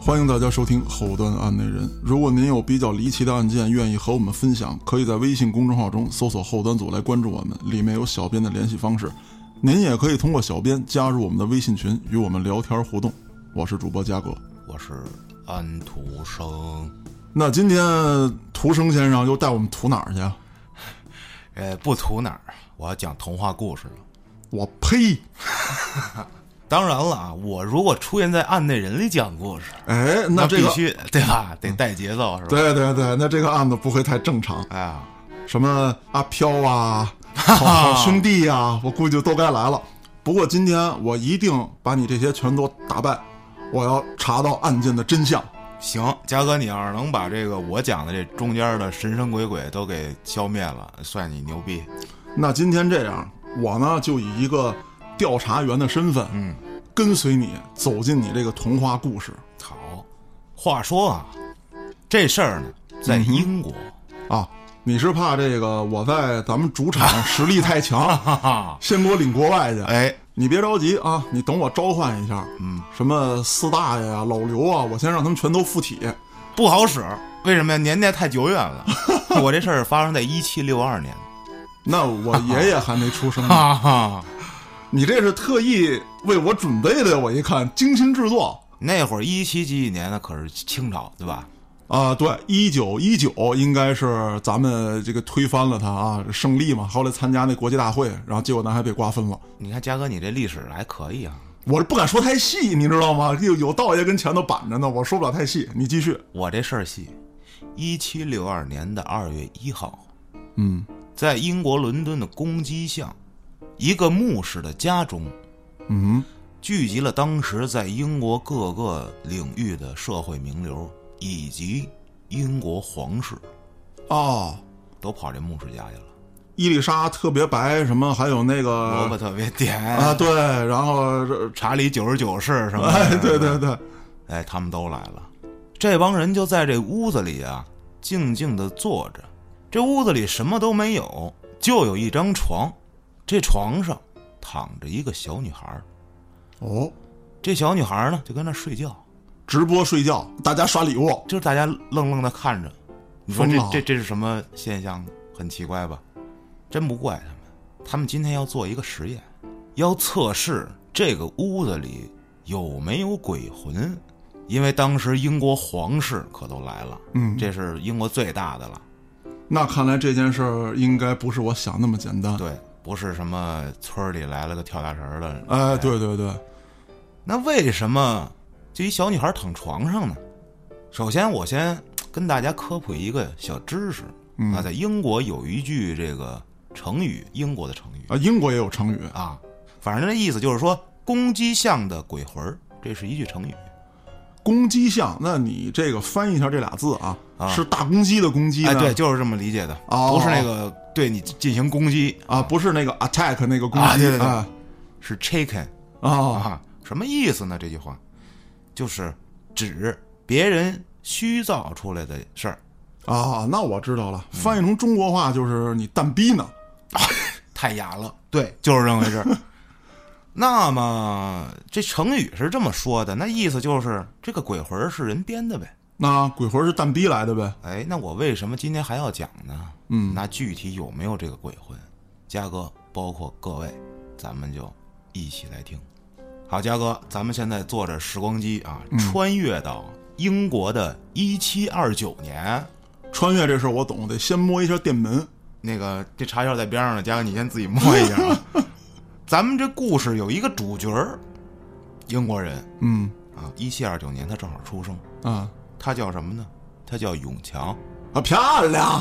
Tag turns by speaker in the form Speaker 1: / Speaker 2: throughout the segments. Speaker 1: 欢迎大家收听《后端案内人》。如果您有比较离奇的案件，愿意和我们分享，可以在微信公众号中搜索“后端组”来关注我们，里面有小编的联系方式。您也可以通过小编加入我们的微信群，与我们聊天互动。我是主播嘉哥。
Speaker 2: 我是安徒生。
Speaker 1: 那今天涂生先生又带我们涂哪儿去啊？
Speaker 2: 呃，不图哪儿，我要讲童话故事了。
Speaker 1: 我呸！
Speaker 2: 当然了啊，我如果出现在案内人里讲故事，
Speaker 1: 哎，那这
Speaker 2: 必
Speaker 1: 个
Speaker 2: 须对吧？得带节奏是吧？
Speaker 1: 对对对，那这个案子不会太正常。啊
Speaker 2: 哎呀，
Speaker 1: 什么阿飘啊，好好兄弟呀、我估计都该来了。不过今天我一定把你这些全都打败，我要查到案件的真相。
Speaker 2: 行，嘉哥，你要是能把这个我讲的这中间的神神鬼鬼都给消灭了，算你牛逼。
Speaker 1: 那今天这样，我呢就以一个调查员的身份，
Speaker 2: 嗯，
Speaker 1: 跟随你走进你这个童话故事
Speaker 2: 好，话说啊，这事儿呢，在英国，
Speaker 1: 啊。你是怕这个我在咱们主场实力太强，
Speaker 2: 哈哈，
Speaker 1: 先给我领国外去？
Speaker 2: 哎，
Speaker 1: 你别着急啊，你等我召唤一下，嗯，什么四大爷啊、老刘啊，我先让他们全都附体。
Speaker 2: 不好使，为什么呀？年代太久远 了。我这事儿发生在一七六二年，
Speaker 1: 那我爷爷还没出生 呢，
Speaker 2: 哈哈。
Speaker 1: 你这是特意为我准备的。我一看，精心制作
Speaker 2: 那会儿一七几几年呢？可是清朝，对吧？
Speaker 1: 啊、对，一九一九应该是咱们这个推翻了他啊，胜利嘛。后来参加那国际大会，然后结果咱还被瓜分了。
Speaker 2: 你看嘉哥，你这历史还可以啊。
Speaker 1: 我是不敢说太细，你知道吗？有有道爷跟前头板着呢，我说不了太细。你继续，
Speaker 2: 我这事儿细，一七六二年的二月一号，
Speaker 1: 嗯
Speaker 2: 在英国伦敦的公鸡巷，一个牧师的家中，
Speaker 1: 嗯，
Speaker 2: 聚集了当时在英国各个领域的社会名流以及英国皇室，
Speaker 1: 哦，
Speaker 2: 都跑这牧师家去了。
Speaker 1: 伊丽莎特别白，什么还有那
Speaker 2: 萝
Speaker 1: 个
Speaker 2: 卜特别甜
Speaker 1: 呃啊，，对，然后这
Speaker 2: 查理九十九世什么的，
Speaker 1: 哎，对对对，
Speaker 2: 哎，他们都来了。这帮人就在这屋子里啊，静静的坐着。这屋子里什么都没有，就有一张床，这床上躺着一个小女孩儿。
Speaker 1: 哦，
Speaker 2: 这小女孩儿呢，就跟那睡觉，
Speaker 1: 直播睡觉，大家刷礼物，
Speaker 2: 就是大家愣愣的看着。你说
Speaker 1: 疯
Speaker 2: 这
Speaker 1: 了啊
Speaker 2: 这这是什么现象？很奇怪吧？真不怪他们，他们今天要做一个实验，要测试这个屋子里有没有鬼魂，因为当时英国皇室可都来了，
Speaker 1: 嗯
Speaker 2: 这是英国最大的了，
Speaker 1: 那看来这件事儿应该不是我想那么简单。，
Speaker 2: 对，不是什么村儿里来了个跳大神儿的，
Speaker 1: 哎，对对对，
Speaker 2: 那为什么就一小女孩躺床上呢？首先，我先跟大家科普一个小知识、啊，在英国有一句这个成语，英国的成语
Speaker 1: 啊，英国也有成语，
Speaker 2: 啊，反正那意思就是说公鸡像的鬼魂儿，这是一句成语。
Speaker 1: 公鸡像。那你这个翻译一下这俩字啊，
Speaker 2: 啊
Speaker 1: 是大公鸡的公鸡呢？
Speaker 2: 哎，对，就是这么理解的，
Speaker 1: 哦
Speaker 2: 不是那个对你进行攻击，
Speaker 1: 啊，不是那个 attack 那个公
Speaker 2: 啊
Speaker 1: 鸡，
Speaker 2: 对对对
Speaker 1: 哎
Speaker 2: 是 chicken
Speaker 1: 啊，
Speaker 2: 啊，什么意思呢？这句话就是指别人虚造出来的事儿，
Speaker 1: 啊，那我知道了，
Speaker 2: 嗯
Speaker 1: 翻译成中国话就是你蛋逼呢。
Speaker 2: 太雅了，对，就是这么回事儿。那么这成语是这么说的，那意思就是这个鬼魂儿是人编的呗。
Speaker 1: 那鬼魂是蛋逼来的呗？
Speaker 2: 哎，那我为什么今天还要讲呢？
Speaker 1: 嗯
Speaker 2: 那具体有没有这个鬼魂，嘉哥，包括各位，咱们就一起来听。好，嘉哥，咱们现在坐着时光机啊，穿越到英国的一七二九年。
Speaker 1: 穿越这事儿我懂，得先摸一下店门。
Speaker 2: 那个这茶叶在边上呢，嘉哥你先自己摸一下啊。咱们这故事有一个主角儿，英国人
Speaker 1: 嗯
Speaker 2: 啊，一七二九年他正好出生，
Speaker 1: 啊
Speaker 2: 他叫什么呢？他叫永强。
Speaker 1: 啊，漂亮！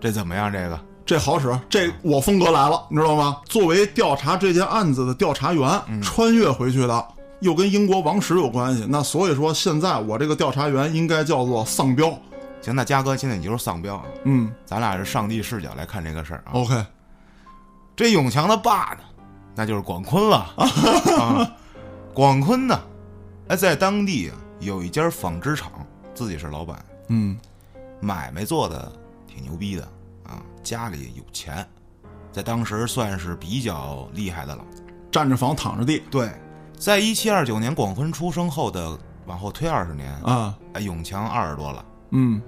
Speaker 2: 这怎么样？这个
Speaker 1: 这好使，这我风格来了，你知道吗？作为调查这件案子的调查员，穿越回去的，又跟英国王室有关系，那所以说现在我这个调查员应该叫做丧彪。
Speaker 2: 行，那嘉哥现在你就是丧彪啊，
Speaker 1: 嗯
Speaker 2: 咱俩是上帝视角来看这个事儿啊。
Speaker 1: ，OK，
Speaker 2: 这永强的爸呢，那就是广坤了啊。广坤呢，哎，在当地啊有一家纺织厂，自己是老板，
Speaker 1: 嗯
Speaker 2: 买卖做的挺牛逼的啊，家里有钱，在当时算是比较厉害的了。
Speaker 1: 站着房躺着地，
Speaker 2: 对，在一七二九年广坤出生后的往后推二十年，
Speaker 1: 啊，
Speaker 2: 哎，永强二十多了，
Speaker 1: 嗯，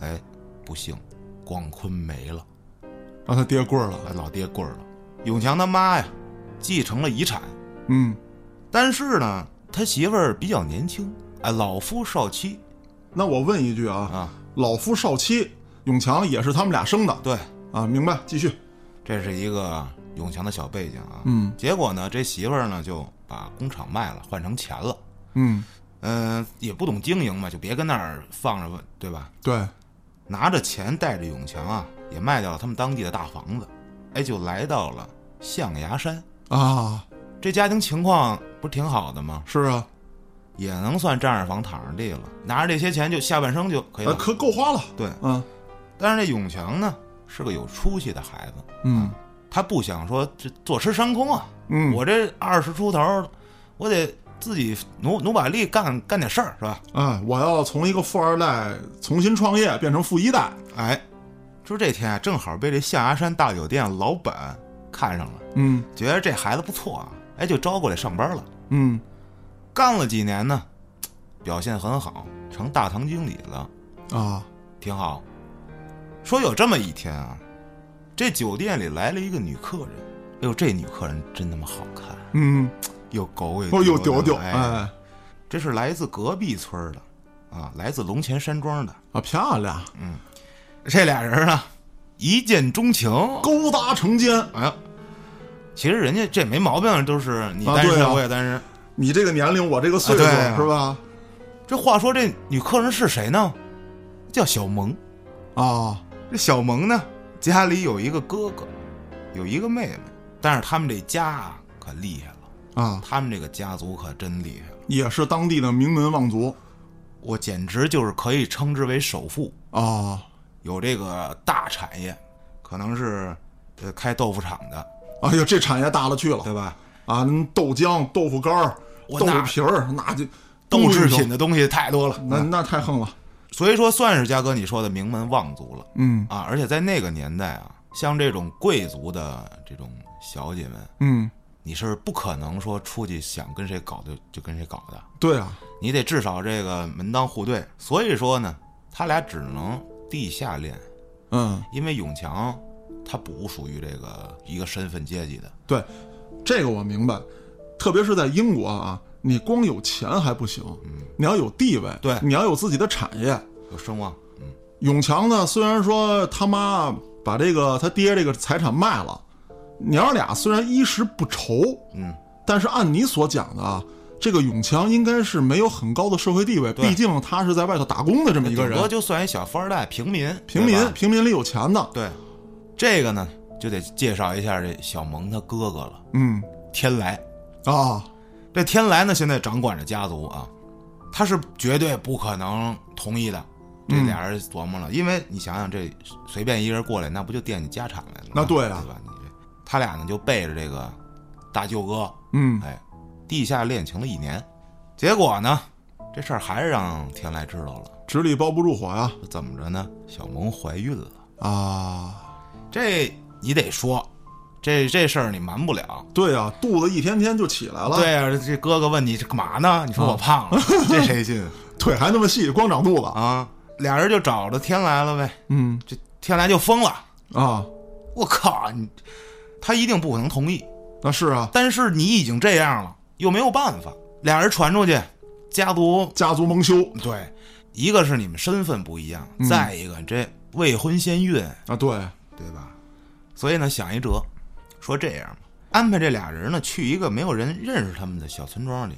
Speaker 2: 哎，不幸，广坤没了，
Speaker 1: 让他跌棍儿了，
Speaker 2: 哎，老爹棍儿了。永强他妈呀，继承了遗产，
Speaker 1: 嗯，
Speaker 2: 但是呢，他媳妇儿比较年轻，哎，老夫少妻
Speaker 1: 那我问一句啊，
Speaker 2: 啊，
Speaker 1: 老夫少妻，永强也是他们俩生的
Speaker 2: 对，
Speaker 1: 啊，明白？继续，
Speaker 2: 这是一个永强的小背景啊。
Speaker 1: 嗯
Speaker 2: 结果呢，这媳妇儿呢就把工厂卖了，换成钱了。
Speaker 1: 嗯，
Speaker 2: 嗯、也不懂经营嘛，就别跟那儿放着吧，对吧？
Speaker 1: 对，
Speaker 2: 拿着钱带着永强啊，也卖掉了他们当地的大房子，哎，就来到了象牙山。
Speaker 1: 啊，
Speaker 2: 这家庭情况不是挺好的吗？
Speaker 1: 是啊，
Speaker 2: 也能算站着房躺着地了，拿着这些钱就下半生就可以
Speaker 1: 啊
Speaker 2: 了。
Speaker 1: 可够花了，
Speaker 2: 对，
Speaker 1: 啊，
Speaker 2: 但是这永强呢是个有出息的孩子，
Speaker 1: 嗯
Speaker 2: 他不想说这坐吃山空啊。
Speaker 1: 嗯，
Speaker 2: 我这二十出头，我得自己努努把力干干点事儿，是吧？
Speaker 1: 哎，我要从一个富二代重新创业，变成富一代，
Speaker 2: 哎，就这天啊，正好被这象牙山大酒店老板看上了，
Speaker 1: 嗯
Speaker 2: 觉得这孩子不错啊，哎，就招过来上班了。
Speaker 1: 嗯，
Speaker 2: 干了几年呢，表现很好，成大堂经理了，
Speaker 1: 啊，
Speaker 2: 挺好。说有这么一天啊，这酒店里来了一个女客人，哎呦，这女客人真他妈好看，
Speaker 1: 嗯，
Speaker 2: 又狗也
Speaker 1: 哦，又丢
Speaker 2: 丢
Speaker 1: 丢，
Speaker 2: 的哎，
Speaker 1: 哎，
Speaker 2: 这是来自隔壁村儿的，啊，来自龙泉山庄的。
Speaker 1: 啊，漂亮，
Speaker 2: 嗯这俩人呢，一见钟情。
Speaker 1: 勾搭成奸，
Speaker 2: 哎呀，其实人家这没毛病，都是你单
Speaker 1: 啊对
Speaker 2: 身、
Speaker 1: 啊
Speaker 2: 我也单身。
Speaker 1: 你这个年龄，我这个岁数，
Speaker 2: 啊对啊
Speaker 1: 是吧？
Speaker 2: 这话说这女客人是谁呢？叫小萌。
Speaker 1: 啊，
Speaker 2: 这小萌呢，家里有一个哥哥，有一个妹妹，但是他们这家啊可厉害了，
Speaker 1: 啊，
Speaker 2: 他们这个家族可真厉害了，
Speaker 1: 也是当地的名门望族
Speaker 2: 我简直就是可以称之为首富，
Speaker 1: 啊
Speaker 2: 有这个大产业，可能是呃开豆腐厂的，
Speaker 1: 哎呀，这产业大了去了
Speaker 2: 对吧？
Speaker 1: 啊！豆浆、豆腐干儿、
Speaker 2: 我
Speaker 1: 豆
Speaker 2: 那
Speaker 1: 腐皮儿，那就
Speaker 2: 豆制
Speaker 1: 都有
Speaker 2: 品，嗯的东西太多了，
Speaker 1: 那那太横了。
Speaker 2: 所以说算是嘉哥你说的名门望族了。
Speaker 1: 嗯
Speaker 2: 啊，而且在那个年代啊，像这种贵族的这种小姐们，
Speaker 1: 嗯，
Speaker 2: 你是不可能说出去想跟谁搞就就跟谁搞的，
Speaker 1: 对啊，
Speaker 2: 你得至少这个门当户对。所以说呢，他俩只能地下恋，
Speaker 1: 嗯，
Speaker 2: 因为永强他不属于这个一个身份阶级的，
Speaker 1: 对，这个我明白。特别是在英国啊，你光有钱还不行，你要有地位，
Speaker 2: 嗯对
Speaker 1: 你要有自己的产业。
Speaker 2: 有声望。嗯，
Speaker 1: 永强呢，虽然说他妈把这个他爹这个财产卖了，娘儿俩虽然衣食不愁，
Speaker 2: 嗯，
Speaker 1: 但是按你所讲的啊，这个永强应该是没有很高的社会地位，
Speaker 2: 对哎
Speaker 1: 毕竟他是在外头打工的这么一个
Speaker 2: 顶多
Speaker 1: 人，
Speaker 2: 就算一小富二代、平民，
Speaker 1: 平
Speaker 2: 对
Speaker 1: 民，
Speaker 2: 吧
Speaker 1: 平民里有钱的，
Speaker 2: 对，这个呢就得介绍一下这小萌他哥哥了，
Speaker 1: 嗯
Speaker 2: 天来。
Speaker 1: 啊，
Speaker 2: 这天来呢，现在掌管着家族啊，他是绝对不可能同意的。这
Speaker 1: 嗯
Speaker 2: 俩人琢磨了，因为你想想，这随便一人过来，那不就惦记家产来了吗？
Speaker 1: 那对啊
Speaker 2: 对吧？你这他俩呢就背着这个大舅哥，
Speaker 1: 嗯
Speaker 2: 哎，地下恋情了一年，结果呢，这事儿还是让天来知道了。
Speaker 1: 纸里包不住火呀，
Speaker 2: 说怎么着呢？小萌怀孕了，
Speaker 1: 啊，
Speaker 2: 这你得说，这这事儿你瞒不了。
Speaker 1: 对呀，肚子一天天就起来了，
Speaker 2: 对呀、这哥哥问你这干嘛呢？你说
Speaker 1: 啊
Speaker 2: 我胖了，这谁信？
Speaker 1: 腿还那么细，光长肚子，
Speaker 2: 啊，俩人就找着天来了呗。
Speaker 1: 嗯
Speaker 2: 这天来就疯了，
Speaker 1: 啊，
Speaker 2: 我靠，你他一定不可能同意。
Speaker 1: 那是啊，
Speaker 2: 但是你已经这样了，又没有办法。俩人传出去，家族
Speaker 1: 家族蒙羞
Speaker 2: 对，一个是你们身份不一样，
Speaker 1: 嗯
Speaker 2: 再一个这未婚先孕，
Speaker 1: 啊，对，
Speaker 2: 对吧？所以呢，想一辙，说这样吧，安排这俩人呢去一个没有人认识他们的小村庄里，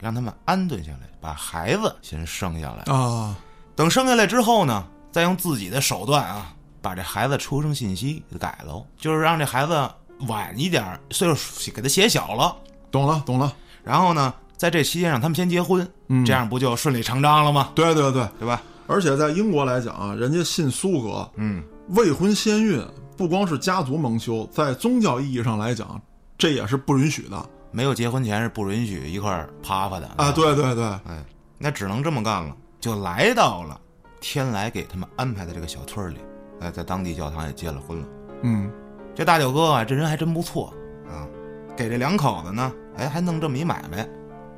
Speaker 2: 让他们安顿下来，把孩子先生下来。
Speaker 1: 啊，
Speaker 2: 等生下来之后呢，再用自己的手段啊，把这孩子出生信息给改了，就是让这孩子晚一点儿，岁数给他写小了。
Speaker 1: 懂了懂了，
Speaker 2: 然后呢，在这期间让他们先结婚，
Speaker 1: 嗯
Speaker 2: 这样不就顺理成章了吗？
Speaker 1: 对对对，
Speaker 2: 对吧？
Speaker 1: 而且在英国来讲啊，人家信苏格，
Speaker 2: 嗯，
Speaker 1: 未婚先孕不光是家族蒙羞，在宗教意义上来讲，这也是不允许的
Speaker 2: 没有结婚前是不允许一块儿啪啪的
Speaker 1: 啊！，对对对，
Speaker 2: 哎，那只能这么干了，就来到了天来给他们安排的这个小村儿里，哎，在当地教堂也结了婚了。
Speaker 1: 嗯
Speaker 2: 这大舅哥啊，这人还真不错啊，给这两口子呢，哎，还弄这么一买卖，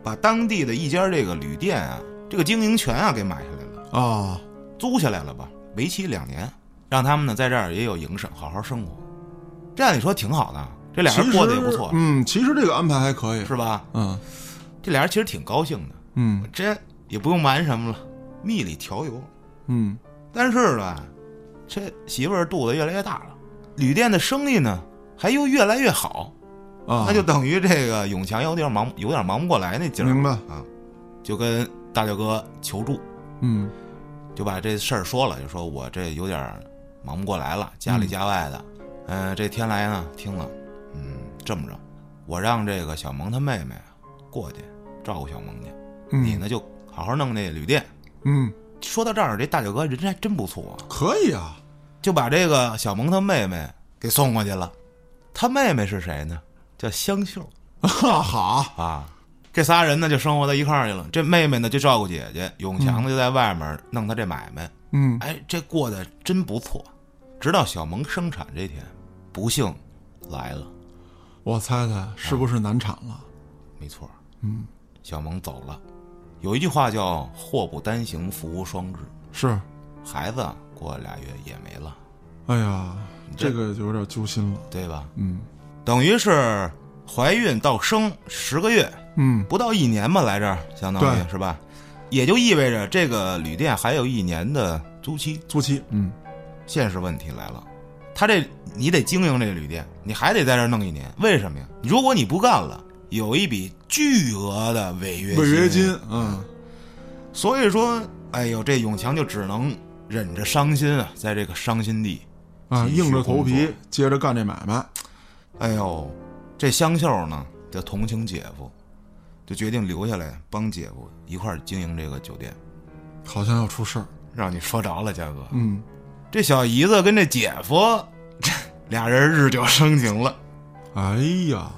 Speaker 2: 把当地的一家这个旅店啊这个经营权啊给买下来了，
Speaker 1: 啊，
Speaker 2: 租下来了吧，为期两年，让他们呢在这儿也有营生，好好生活。这按理说挺好的，这俩人过得也不错
Speaker 1: 其实，嗯，其实这个安排还可以，
Speaker 2: 是吧？
Speaker 1: 嗯
Speaker 2: 这俩人其实挺高兴的，
Speaker 1: 嗯
Speaker 2: 这也不用瞒什么了，蜜里调油。
Speaker 1: 嗯
Speaker 2: 但是呢，这媳妇儿肚子越来越大了，旅店的生意呢还又越来越好，
Speaker 1: 啊，
Speaker 2: 那就等于这个永强有点忙，有点忙不过来那劲儿
Speaker 1: 明白，
Speaker 2: 啊，就跟大舅哥求助，
Speaker 1: 嗯
Speaker 2: 就把这事儿说了，就说我这有点忙不过来
Speaker 1: 嗯
Speaker 2: 了，家里家外的，嗯、这天来呢听了，嗯，这么着，我让这个小萌他妹妹啊过去照顾小萌去，你
Speaker 1: 嗯
Speaker 2: 呢就好好弄这旅店。
Speaker 1: 嗯，
Speaker 2: 说到这儿，这大舅哥人还真不错、啊，
Speaker 1: 可以啊，
Speaker 2: 就把这个小萌他妹妹给送过去了。他妹妹是谁呢？叫香秀
Speaker 1: 哈好，
Speaker 2: 啊。这仨人呢就生活在一块儿去了。这妹妹呢就照顾姐姐，永强呢就在外面弄他这买卖。
Speaker 1: 嗯
Speaker 2: 哎，这过得真不错。直到小萌生产这天，不幸来了，
Speaker 1: 我猜猜是不是难产了？
Speaker 2: 没错，嗯，小萌走了。有一句话叫“祸不单行，福无双至
Speaker 1: 是，”，
Speaker 2: 孩子啊过了俩月也没了，
Speaker 1: 哎呀，
Speaker 2: 这
Speaker 1: 这个就有点揪心了，
Speaker 2: 对吧？
Speaker 1: 嗯
Speaker 2: 等于是怀孕到生十个月，
Speaker 1: 嗯，
Speaker 2: 不到一年吧，来这儿相当于
Speaker 1: 对
Speaker 2: 是吧？也就意味着这个旅店还有一年的租期。
Speaker 1: 租期，嗯
Speaker 2: 现实问题来了，他这你得经营这旅店，你还得在这儿弄一年，为什么呀？如果你不干了，有一笔巨额的违约
Speaker 1: 违约金，嗯
Speaker 2: 所以说，哎呦，这永强就只能忍着伤心啊，在这个伤心地，
Speaker 1: 啊，
Speaker 2: 继续
Speaker 1: 硬着头
Speaker 2: 工
Speaker 1: 皮
Speaker 2: 作
Speaker 1: 接着干这买卖，
Speaker 2: 哎呦，这香秀呢就同情姐夫，就决定留下来帮姐夫一块儿经营这个酒店。
Speaker 1: 好像要出事儿，
Speaker 2: 让你说着了，嘉哥，
Speaker 1: 嗯，
Speaker 2: 这小姨子跟这姐夫， 这俩人日久生情了。
Speaker 1: 哎呀，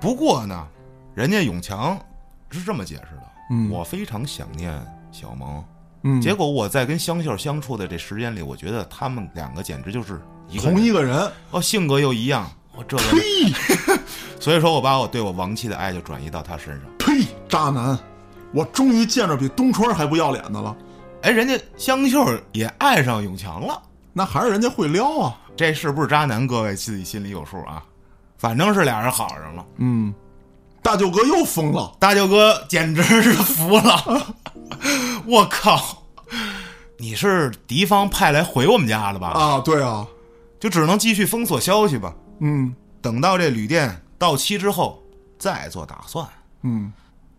Speaker 2: 不过呢，人家永强是这么解释的：
Speaker 1: 嗯
Speaker 2: 我非常想念小萌，
Speaker 1: 嗯，
Speaker 2: 结果我在跟香秀相处的这时间里，我觉得他们两个简直就是一个人
Speaker 1: 同一个人，
Speaker 2: 哦，性格又一样，我这个人，
Speaker 1: 呸
Speaker 2: 所以说我把我对我亡妻的爱就转移到他身上。
Speaker 1: 呸，渣男，我终于见着比东川还不要脸的了，
Speaker 2: 哎，人家香秀也爱上永强了。
Speaker 1: 那还是人家会撩啊，
Speaker 2: 这是不是渣男？各位自己心里有数啊。反正是俩人好上了，
Speaker 1: 嗯，大舅哥又疯了，
Speaker 2: 大舅哥简直是服了。我靠，你是敌方派来毁我们家的吧？
Speaker 1: 啊，对啊，
Speaker 2: 就只能继续封锁消息吧。
Speaker 1: 嗯
Speaker 2: 等到这旅店到期之后再做打算。
Speaker 1: 嗯，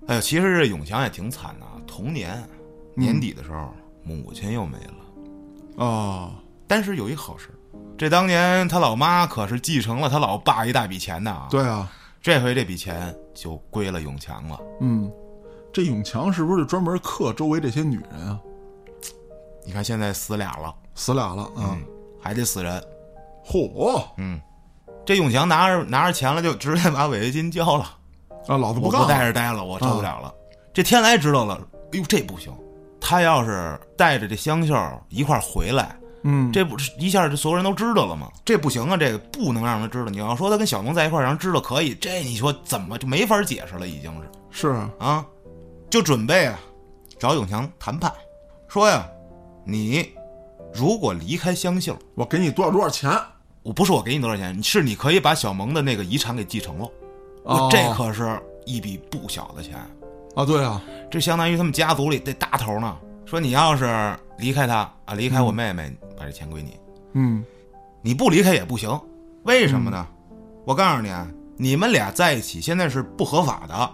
Speaker 2: 哎呦，其实这永强也挺惨的啊，同年年底的时候，母亲又没了。
Speaker 1: 啊，
Speaker 2: 但是有一好事儿，这当年他老妈可是继承了他老爸一大笔钱的啊。
Speaker 1: 对啊，
Speaker 2: 这回这笔钱就归了永强了。
Speaker 1: 嗯，这永强是不是就专门克周围这些女人啊？
Speaker 2: 你看现在死俩了，
Speaker 1: 死俩了啊，
Speaker 2: 嗯，还得死人。
Speaker 1: 嚯、
Speaker 2: 这永强拿着拿着钱了，就直接把违约金交了，
Speaker 1: 啊，老子
Speaker 2: 我
Speaker 1: 干
Speaker 2: 不在这
Speaker 1: 了，
Speaker 2: 儿待了，我嗯受不了了。这天来知道了，哎呦，这不行，他要是带着这香秀一块儿回来，
Speaker 1: 嗯，
Speaker 2: 这不是一下就所有人都知道了吗？这不行啊，这个不能让他知道。你要说他跟小萌在一块儿，让人知道可以，这你说怎么就没法解释了？已经是。
Speaker 1: 是啊，
Speaker 2: 啊，就准备啊找永强谈判，说呀，你如果离开香秀，
Speaker 1: 我给你多少多少钱？
Speaker 2: 我不是我给你多少钱，是你可以把小萌的那个遗产给继承了。我
Speaker 1: 哦
Speaker 2: 这可是一笔不小的钱，
Speaker 1: 啊，对啊，
Speaker 2: 这相当于他们家族里这大头呢。说你要是离开他啊，离开我妹妹，把这钱归你。
Speaker 1: 嗯，
Speaker 2: 你不离开也不行，为什么呢？我告诉你，啊，你们俩在一起现在是不合法的。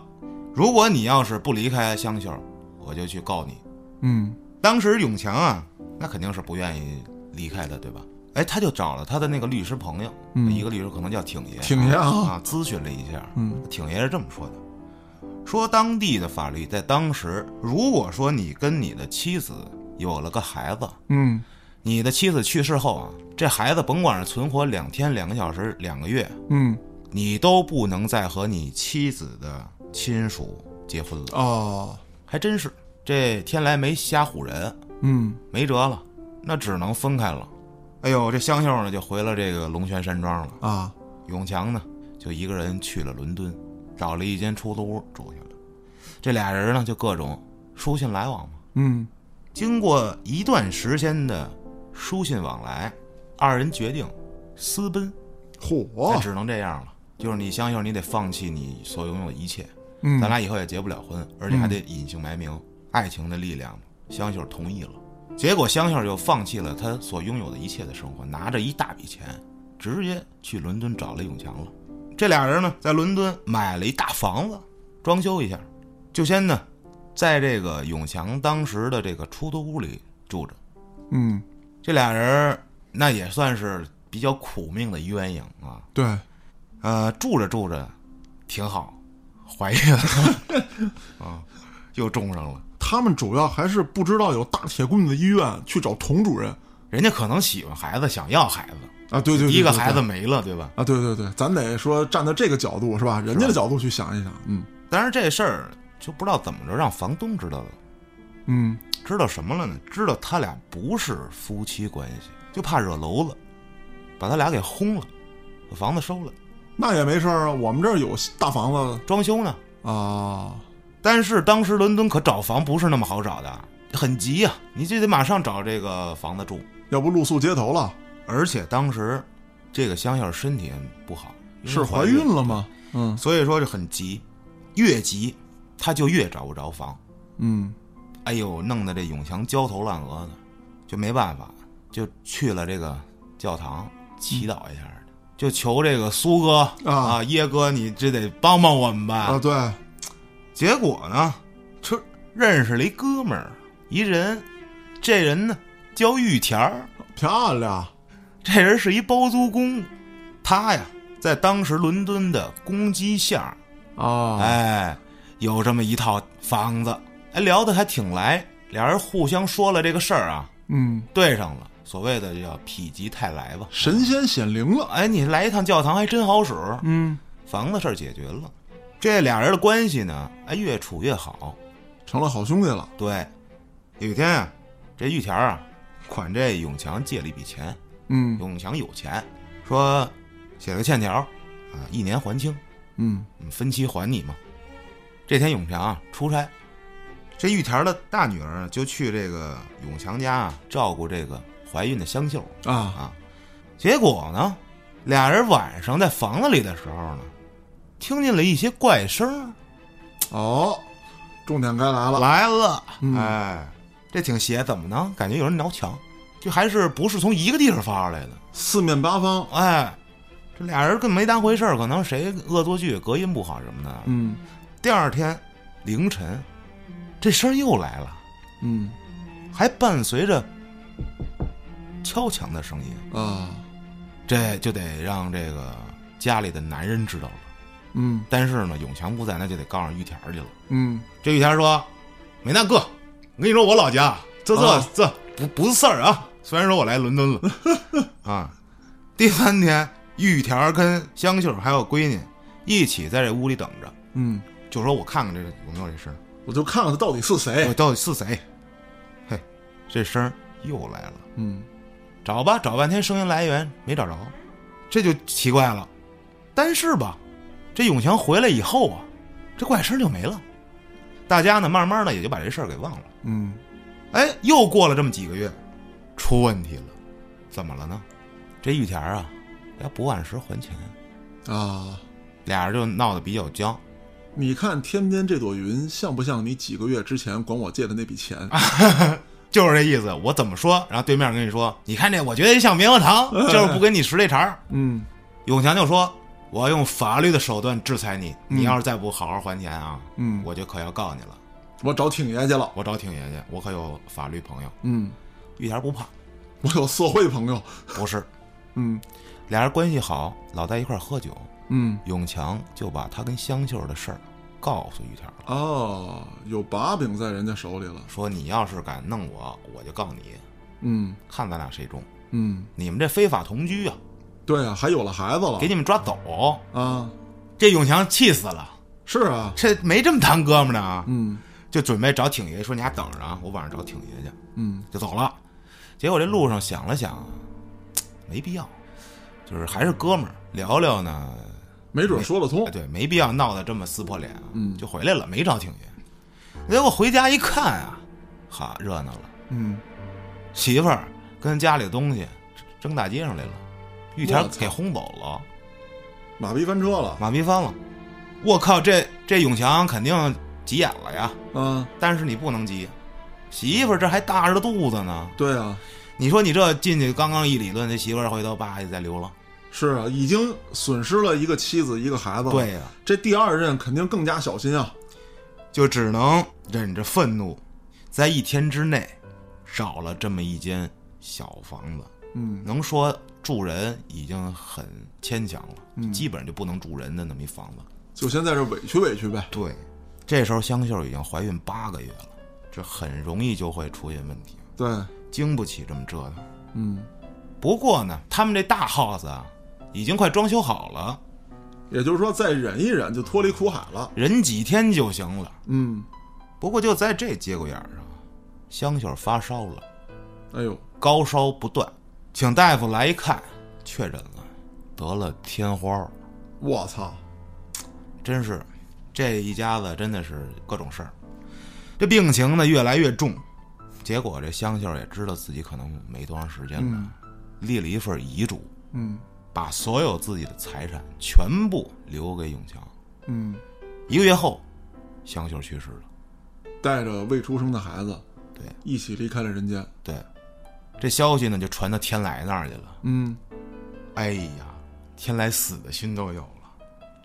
Speaker 2: 如果你要是不离开香秀，我就去告你。
Speaker 1: 嗯，
Speaker 2: 当时永强啊，那肯定是不愿意离开的，对吧？哎，他就找了他的那个律师朋友，
Speaker 1: 嗯
Speaker 2: 一个律师可能叫挺爷，
Speaker 1: 挺爷啊
Speaker 2: 啊，咨询了一下，
Speaker 1: 嗯，
Speaker 2: 挺爷是这么说的，说当地的法律在当时，如果说你跟你的妻子有了个孩子，
Speaker 1: 嗯，
Speaker 2: 你的妻子去世后啊，这孩子甭管是存活两天、两个小时、两个月，
Speaker 1: 嗯，
Speaker 2: 你都不能再和你妻子的亲属结婚了。
Speaker 1: 哦，
Speaker 2: 还真是，这天来没瞎唬人，
Speaker 1: 嗯，
Speaker 2: 没辙了，那只能分开了。哎呦，这香秀呢就回了这个龙泉山庄了，
Speaker 1: 啊，
Speaker 2: 永强呢就一个人去了伦敦，找了一间出租屋住下了。这俩人呢就各种书信来往嘛，
Speaker 1: 嗯
Speaker 2: 经过一段时间的书信往来，二人决定私奔，那
Speaker 1: 嚯，
Speaker 2: 只能这样了。就是你相信，你得放弃你所拥有的一切。
Speaker 1: 嗯
Speaker 2: 咱俩以后也结不了婚，而且还得隐姓埋名。爱情的力量嘛，香秀同意了。结果香秀就放弃了她所拥有的一切的生活，拿着一大笔钱，直接去伦敦找雷永强了。这俩人呢，在伦敦买了一大房子，装修一下，就先呢，在这个永强当时的这个出租屋里住着。
Speaker 1: 嗯，
Speaker 2: 这俩人儿那也算是比较苦命的鸳鸯啊，
Speaker 1: 对，
Speaker 2: 呃，住着住着挺好，怀孕 了啊，又种上了。
Speaker 1: 他们主要还是不知道有大铁棍子医院去找童主任
Speaker 2: 人家可能喜欢孩子，想要孩子，
Speaker 1: 啊，对对对，
Speaker 2: 第一个
Speaker 1: 对对
Speaker 2: 孩子没了，对吧？
Speaker 1: 啊，对对对，咱得说站在这个角度是吧？人家的角度去想一想，嗯
Speaker 2: 但是这事儿就不知道怎么着让房东知道了，
Speaker 1: 嗯，
Speaker 2: 知道什么了呢？知道他俩不是夫妻关系，就怕惹娄子，把他俩给轰了，把房子收了，
Speaker 1: 那也没事儿啊，我们这儿有大房子
Speaker 2: 装修呢。
Speaker 1: 啊，
Speaker 2: 但是当时伦敦可找房不是那么好找的，很急呀、你就得马上找这个房子住。
Speaker 1: 要不露宿街头了，
Speaker 2: 而且当时这个香香身体不好，因为
Speaker 1: 是怀
Speaker 2: 嗯孕啊
Speaker 1: 孕，了吗？嗯
Speaker 2: 所以说就很急，越急她就越找不着房。
Speaker 1: 嗯
Speaker 2: 哎呦，弄得这永强焦头烂额的，就没办法，就去了这个教堂祈祷一下，就求这个苏哥
Speaker 1: 啊
Speaker 2: 啊耶哥，你这得帮帮我们吧。
Speaker 1: 啊，对，
Speaker 2: 结果呢，这认识了一哥们儿，一人，这人呢叫玉田儿，
Speaker 1: 漂亮，
Speaker 2: 这人是一包租公，他呀在当时伦敦的公鸡巷儿，
Speaker 1: 啊，
Speaker 2: 哎，有这么一套房子，哎，聊得还挺来，俩人互相说了这个事儿啊，
Speaker 1: 嗯，
Speaker 2: 对上了，所谓的叫否极泰来吧。
Speaker 1: 神仙显灵了，
Speaker 2: 哎，你来一趟教堂还真好使，
Speaker 1: 嗯，
Speaker 2: 房子事儿解决了，这俩人的关系呢，哎，越处越好。
Speaker 1: 成了好兄弟了，
Speaker 2: 对，有一天啊，这玉田啊，管这永强借了一笔钱。
Speaker 1: 嗯
Speaker 2: 永强有钱，说写个欠条，啊，一年还清，
Speaker 1: 嗯
Speaker 2: 嗯分期还你嘛。这天永强啊出差，这玉田的大女儿就去这个永强家啊照顾这个怀孕的香秀。
Speaker 1: 啊，
Speaker 2: 结果呢，俩人晚上在房子里的时候呢，听见了一些怪声儿。
Speaker 1: 哦，重点该来了，
Speaker 2: 来了，
Speaker 1: 嗯
Speaker 2: 哎，这挺邪，怎么呢？感觉有人挠墙，就还是不是从一个地方发出来的？
Speaker 1: 四面八方，
Speaker 2: 哎，这俩人更没当回事儿，可能谁恶作剧，隔音不好什么的。
Speaker 1: 嗯
Speaker 2: 第二天凌晨，这声儿又来了，
Speaker 1: 嗯
Speaker 2: 还伴随着敲墙的声音，
Speaker 1: 啊，
Speaker 2: 这就得让这个家里的男人知道了。
Speaker 1: 嗯
Speaker 2: 但是呢，永强不在，那就得告诉玉田儿去了。
Speaker 1: 嗯，
Speaker 2: 这玉田说：“美大哥，我跟你说，我老家这这、
Speaker 1: 啊
Speaker 2: 这不不是事儿啊。虽然说我来伦敦了啊，第三天，玉田跟香秀还有闺女一起在这屋里等着，
Speaker 1: 嗯，
Speaker 2: 就说我看看这有没有这声儿，
Speaker 1: 我就看看他到底是
Speaker 2: 我
Speaker 1: 谁，
Speaker 2: 到底是谁？嘿，这声儿又来了，
Speaker 1: 嗯
Speaker 2: 找吧，找半天声音来源没找着，这就奇怪了。但是吧，这永强回来以后啊，这怪声就没了，大家呢慢慢的也就把这事儿给忘了。”
Speaker 1: 嗯，
Speaker 2: 哎，又过了这么几个月，出问题了，怎么了呢？这玉田啊，他不按时还钱，
Speaker 1: 啊。
Speaker 2: 俩人就闹得比较僵。
Speaker 1: 你看天边这朵云，像不像你几个月之前管我借的那笔钱？
Speaker 2: 啊就是这意思，我怎么说？然后对面跟你说，你看这，我觉得像棉花 糖，就是不跟你拾这茬儿。
Speaker 1: 嗯
Speaker 2: 永强就说，我要用法律的手段制裁你，你要是再不好好还钱啊，
Speaker 1: 嗯，
Speaker 2: 我就可要告你了。
Speaker 1: 我找挺爷去了。
Speaker 2: 我找挺爷去，我可有法律朋友。
Speaker 1: 嗯，
Speaker 2: 玉田不怕，
Speaker 1: 我有社会朋友。
Speaker 2: 不是，
Speaker 1: 嗯
Speaker 2: 俩人关系好，老在一块儿喝酒。
Speaker 1: 嗯，
Speaker 2: 永强就把他跟香秀的事儿告诉玉田了。
Speaker 1: 哦，有把柄在人家手里了。
Speaker 2: 说你要是敢弄我，我就告你，
Speaker 1: 嗯
Speaker 2: 看咱俩谁中。
Speaker 1: 嗯，
Speaker 2: 你们这非法同居啊，
Speaker 1: 对啊，还有了孩子了
Speaker 2: 给你们抓走。
Speaker 1: 啊，
Speaker 2: 这永强气死了，
Speaker 1: 是啊，
Speaker 2: 这没这么当哥们儿的啊，
Speaker 1: 嗯
Speaker 2: 就准备找挺爷说你俩等着啊，我晚上找挺爷去，
Speaker 1: 嗯
Speaker 2: 就走了。结果这路上想了想啊，嘖没必要，就是还是哥们儿聊聊呢。
Speaker 1: 没准说得通
Speaker 2: 哎。对，没必要闹得这么撕破脸啊，
Speaker 1: 哦嗯
Speaker 2: 就回来了，没找挺爷。结果回家一看啊，哈，热闹了。
Speaker 1: 嗯，
Speaker 2: 媳妇儿跟家里东西扔大街上来了，玉
Speaker 1: 我
Speaker 2: 田
Speaker 1: 操
Speaker 2: 给轰走了，
Speaker 1: 马逼翻车了
Speaker 2: 马屁翻了。我靠，这这永强肯定急眼了呀！
Speaker 1: 啊！
Speaker 2: 但是你不能急，媳妇儿这还大着肚子呢。
Speaker 1: 对啊，
Speaker 2: 你说你这进去刚刚一理论，这媳妇儿回头叭就再溜了。
Speaker 1: 是啊，已经损失了一个妻子一个孩子了。
Speaker 2: 对呀、
Speaker 1: 这第二任肯定更加小心啊。
Speaker 2: 就只能忍着愤怒，在一天之内找了这么一间小房子。
Speaker 1: 嗯，
Speaker 2: 能说住人已经很牵强了，
Speaker 1: 嗯
Speaker 2: 基本上就不能住人的那么一房子。
Speaker 1: 就先在这委屈委屈呗。
Speaker 2: 对，这时候香秀已经怀孕八个月了，这很容易就会出现问题，
Speaker 1: 对，
Speaker 2: 经不起这么折腾。
Speaker 1: 嗯，
Speaker 2: 不过呢，他们这大 house 啊，已经快装修好了，
Speaker 1: 也就是说再忍一忍就脱离苦海了。
Speaker 2: 忍几天就行了。
Speaker 1: 嗯，
Speaker 2: 不过就在这节骨眼儿上，香秀发烧了，
Speaker 1: 哎呦，
Speaker 2: 高烧不断，请大夫来一看，确诊了，得了天花儿，
Speaker 1: 我操！
Speaker 2: 真是这一家子真的是各种事儿。这病情呢越来越重，结果这香秀也知道自己可能没多长时间了，立了一份遗嘱，
Speaker 1: 嗯
Speaker 2: 把所有自己的财产全部留给永强。
Speaker 1: 嗯，
Speaker 2: 一个月后，香秀去世了。
Speaker 1: 带着未出生的孩子
Speaker 2: 对
Speaker 1: 一起离开了人间。
Speaker 2: 对，这消息呢就传到天来那儿去了。
Speaker 1: 嗯，
Speaker 2: 哎呀，天来死的心都有了，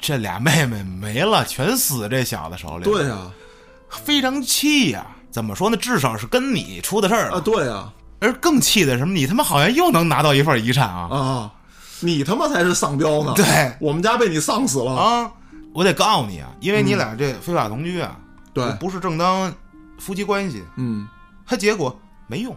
Speaker 2: 这俩妹妹没了，全死这小子手里。
Speaker 1: 对，呀、
Speaker 2: 非常气呀、怎么说呢？至少是跟你出的事儿
Speaker 1: 啊，
Speaker 2: 了。
Speaker 1: 对呀、
Speaker 2: 而更气的是什么？你他妈好像又能拿到一份遗产啊！
Speaker 1: 啊，你他妈才是丧彪呢！
Speaker 2: 对，
Speaker 1: 我们家被你丧死了。
Speaker 2: 啊，我得告你啊，因为你俩这非法同居啊，
Speaker 1: 嗯对
Speaker 2: 不是正当夫妻关系。
Speaker 1: 嗯，
Speaker 2: 他结果没用，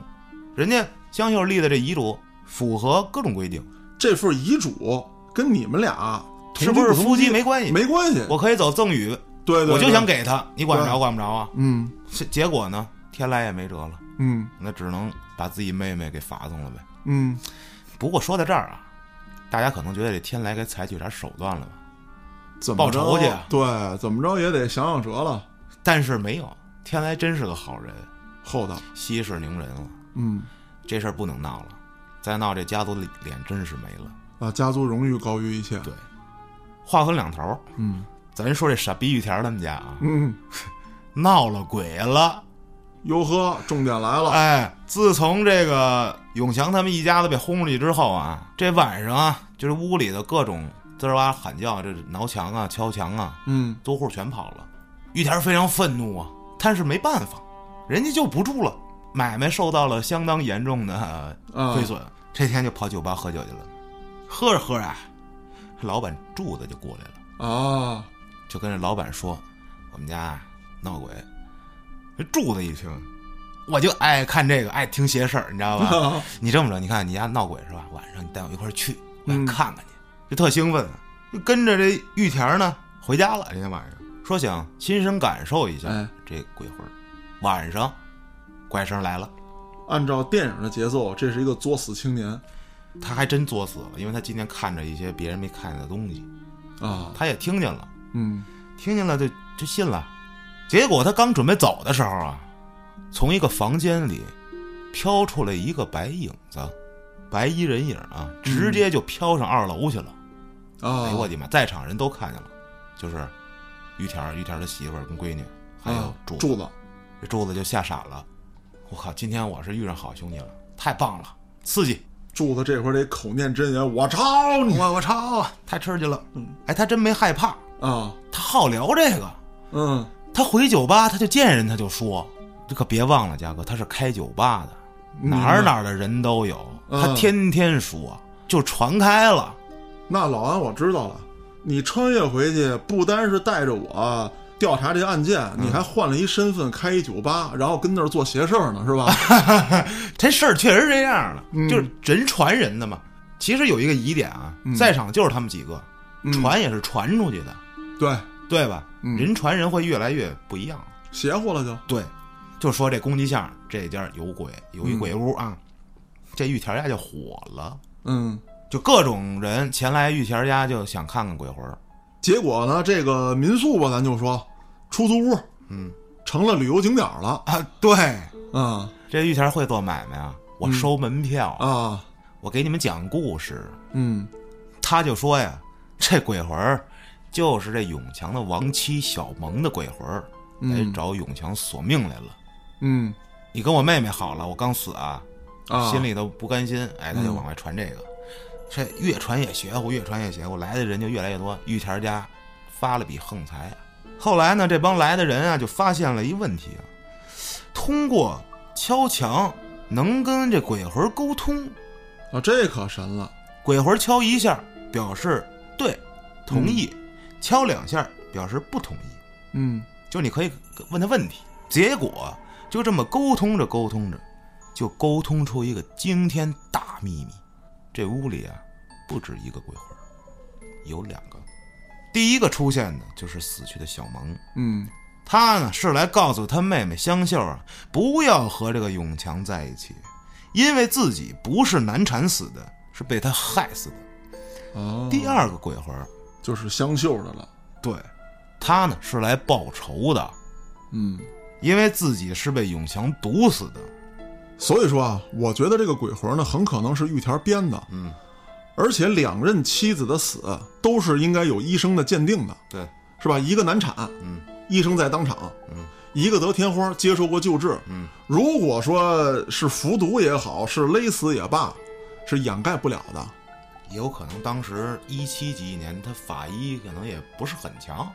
Speaker 2: 人家江秀立的这遗嘱符合各种规定，
Speaker 1: 这份遗嘱跟你们俩
Speaker 2: 是不是
Speaker 1: 同
Speaker 2: 夫
Speaker 1: 居
Speaker 2: 妻
Speaker 1: 不
Speaker 2: 没关
Speaker 1: 同居
Speaker 2: 系？
Speaker 1: 没关系？
Speaker 2: 我可以走赠与，
Speaker 1: 对对对，
Speaker 2: 我就想给他，你管得着
Speaker 1: 对
Speaker 2: 管不着啊？
Speaker 1: 嗯
Speaker 2: 是结果呢，天来也没辙了，
Speaker 1: 嗯
Speaker 2: 那只能把自己妹妹给罚送了呗。
Speaker 1: 嗯，
Speaker 2: 不过说到这儿啊，大家可能觉得这天来该采取点手段了吧？
Speaker 1: 怎么
Speaker 2: 报仇
Speaker 1: 着
Speaker 2: 去啊
Speaker 1: 对，怎么着也得想想辙了，
Speaker 2: 但是没有，天来真是个好人，
Speaker 1: 厚道。
Speaker 2: 息事宁人了。
Speaker 1: 嗯
Speaker 2: 这事儿不能闹了，再闹这家族的脸真是没了。
Speaker 1: 啊，家族荣誉高于一切。
Speaker 2: 对，话分两头儿，
Speaker 1: 嗯
Speaker 2: 咱说这傻逼玉田他们家啊，
Speaker 1: 嗯，
Speaker 2: 闹了鬼了。
Speaker 1: 哟呵，重点来了。
Speaker 2: 哎，自从这个永强他们一家子被轰出去之后啊，这晚上啊，就是屋里的各种滋儿哇喊叫，这挠墙啊、敲墙啊，
Speaker 1: 嗯，
Speaker 2: 租户全跑了。玉田非常愤怒啊，但是没办法，人家就不住了，买卖受到了相当严重的
Speaker 1: 啊
Speaker 2: 亏损。这天就跑酒吧喝酒去了，喝着喝着啊，老板柱子就过来了，
Speaker 1: 啊，
Speaker 2: 就跟这老板说：“我们家啊闹鬼。”这柱子一听，我就爱看这个，爱听邪事儿，你知道吧？
Speaker 1: 哦
Speaker 2: 你这么着，你看你家闹鬼是吧？晚上你带我一块儿去，我想
Speaker 1: 嗯
Speaker 2: 看看去，就特兴奋，啊就跟着这玉田儿呢回家了。今天晚上说想亲身感受一下
Speaker 1: 哎
Speaker 2: 这鬼魂儿。晚上，怪声来了，
Speaker 1: 按照电影的节奏，这是一个作死青年
Speaker 2: 他还真作死了，因为他今天看着一些别人没看见的东西，
Speaker 1: 啊。
Speaker 2: 他也听见了，
Speaker 1: 嗯，
Speaker 2: 听见了就就信了。结果他刚准备走的时候啊，从一个房间里飘出来一个白影子，白衣人影啊，直接就飘上二楼去了。哎
Speaker 1: 嗯啊，
Speaker 2: 呦我的妈！在场人都看见了，就是于田儿、于田儿的媳妇儿跟闺女，还有
Speaker 1: 啊
Speaker 2: 柱哎子，
Speaker 1: 柱子，
Speaker 2: 这柱子就吓傻了。我靠！今天我是遇上好兄弟了，太棒了，刺激！
Speaker 1: 柱子这会儿得口念真言，我操你嗯
Speaker 2: 我我操啊！太刺激了！哎，他真没害怕，
Speaker 1: 啊！
Speaker 2: 他好聊这个。
Speaker 1: 嗯，
Speaker 2: 他回酒吧，他就见人他就说，这可别忘了，嘉哥，他是开酒吧的，哪儿哪儿的人都有，
Speaker 1: 嗯
Speaker 2: 他天天说，就传开了。
Speaker 1: 那老安我知道了，你穿越回去不单是带着我调查这案件，
Speaker 2: 嗯
Speaker 1: 你还换了一身份开一酒吧，然后跟那儿做邪事儿呢，是吧？
Speaker 2: 这事儿确实是这样的，就是人传人的嘛。其实有一个疑点啊，在场就是他们几个，传也是传出去的，
Speaker 1: 对，
Speaker 2: 对吧？人传人会越来越不一样。
Speaker 1: 邪乎了就。
Speaker 2: 对，就说这公鸡巷这家有鬼，有一鬼屋啊，这玉田家就火了，
Speaker 1: 嗯，
Speaker 2: 就各种人前来玉田家就想看看鬼魂儿。
Speaker 1: 结果呢，这个民宿吧，咱就说出租屋，嗯，成了旅游景点了
Speaker 2: 啊，对，
Speaker 1: 啊
Speaker 2: 这玉田会做买卖啊，我收门票，
Speaker 1: 啊，
Speaker 2: 我给你们讲故事。
Speaker 1: 嗯，
Speaker 2: 他就说呀，这鬼魂儿就是这永强的亡妻小萌的鬼魂儿，来
Speaker 1: 嗯
Speaker 2: 找永强索命来了。
Speaker 1: 嗯
Speaker 2: 你跟我妹妹好了，我刚死啊，
Speaker 1: 啊，
Speaker 2: 心里头不甘心，哎，他就往外传这个，这越传越邪乎，越传越邪乎，来的人就越来越多。玉田家发了笔横财，后来呢，这帮来的人啊，就发现了一问题啊，通过敲墙能跟这鬼魂沟通，
Speaker 1: 啊，这可神了，
Speaker 2: 鬼魂敲一下表示对同意，敲两下表示不同意，
Speaker 1: 嗯
Speaker 2: 就你可以问他问题。结果就这么沟通着沟通着，就沟通出一个惊天大秘密：这屋里啊，不止一个鬼魂，有两个。第一个出现的就是死去的小萌，
Speaker 1: 嗯
Speaker 2: 他呢是来告诉他妹妹香秀啊，不要和这个永强在一起，因为自己不是难产死的，是被他害死的。
Speaker 1: 哦，
Speaker 2: 第二个鬼魂儿，
Speaker 1: 就是香秀的了，
Speaker 2: 对，他呢是来报仇的，
Speaker 1: 嗯，
Speaker 2: 因为自己是被永强毒死的。
Speaker 1: 所以说啊，我觉得这个鬼魂呢，很可能是玉田编的，
Speaker 2: 嗯，
Speaker 1: 而且两任妻子的死都是应该有医生的鉴定的，
Speaker 2: 对，
Speaker 1: 是吧？一个难产，
Speaker 2: 嗯，
Speaker 1: 医生在当场，
Speaker 2: 嗯，
Speaker 1: 一个得天花，接受过救治，
Speaker 2: 嗯，
Speaker 1: 如果说是服毒也好，是勒死也罢，是掩盖不了的，
Speaker 2: 也有可能当时一七几几年，他法医可能也不是很强。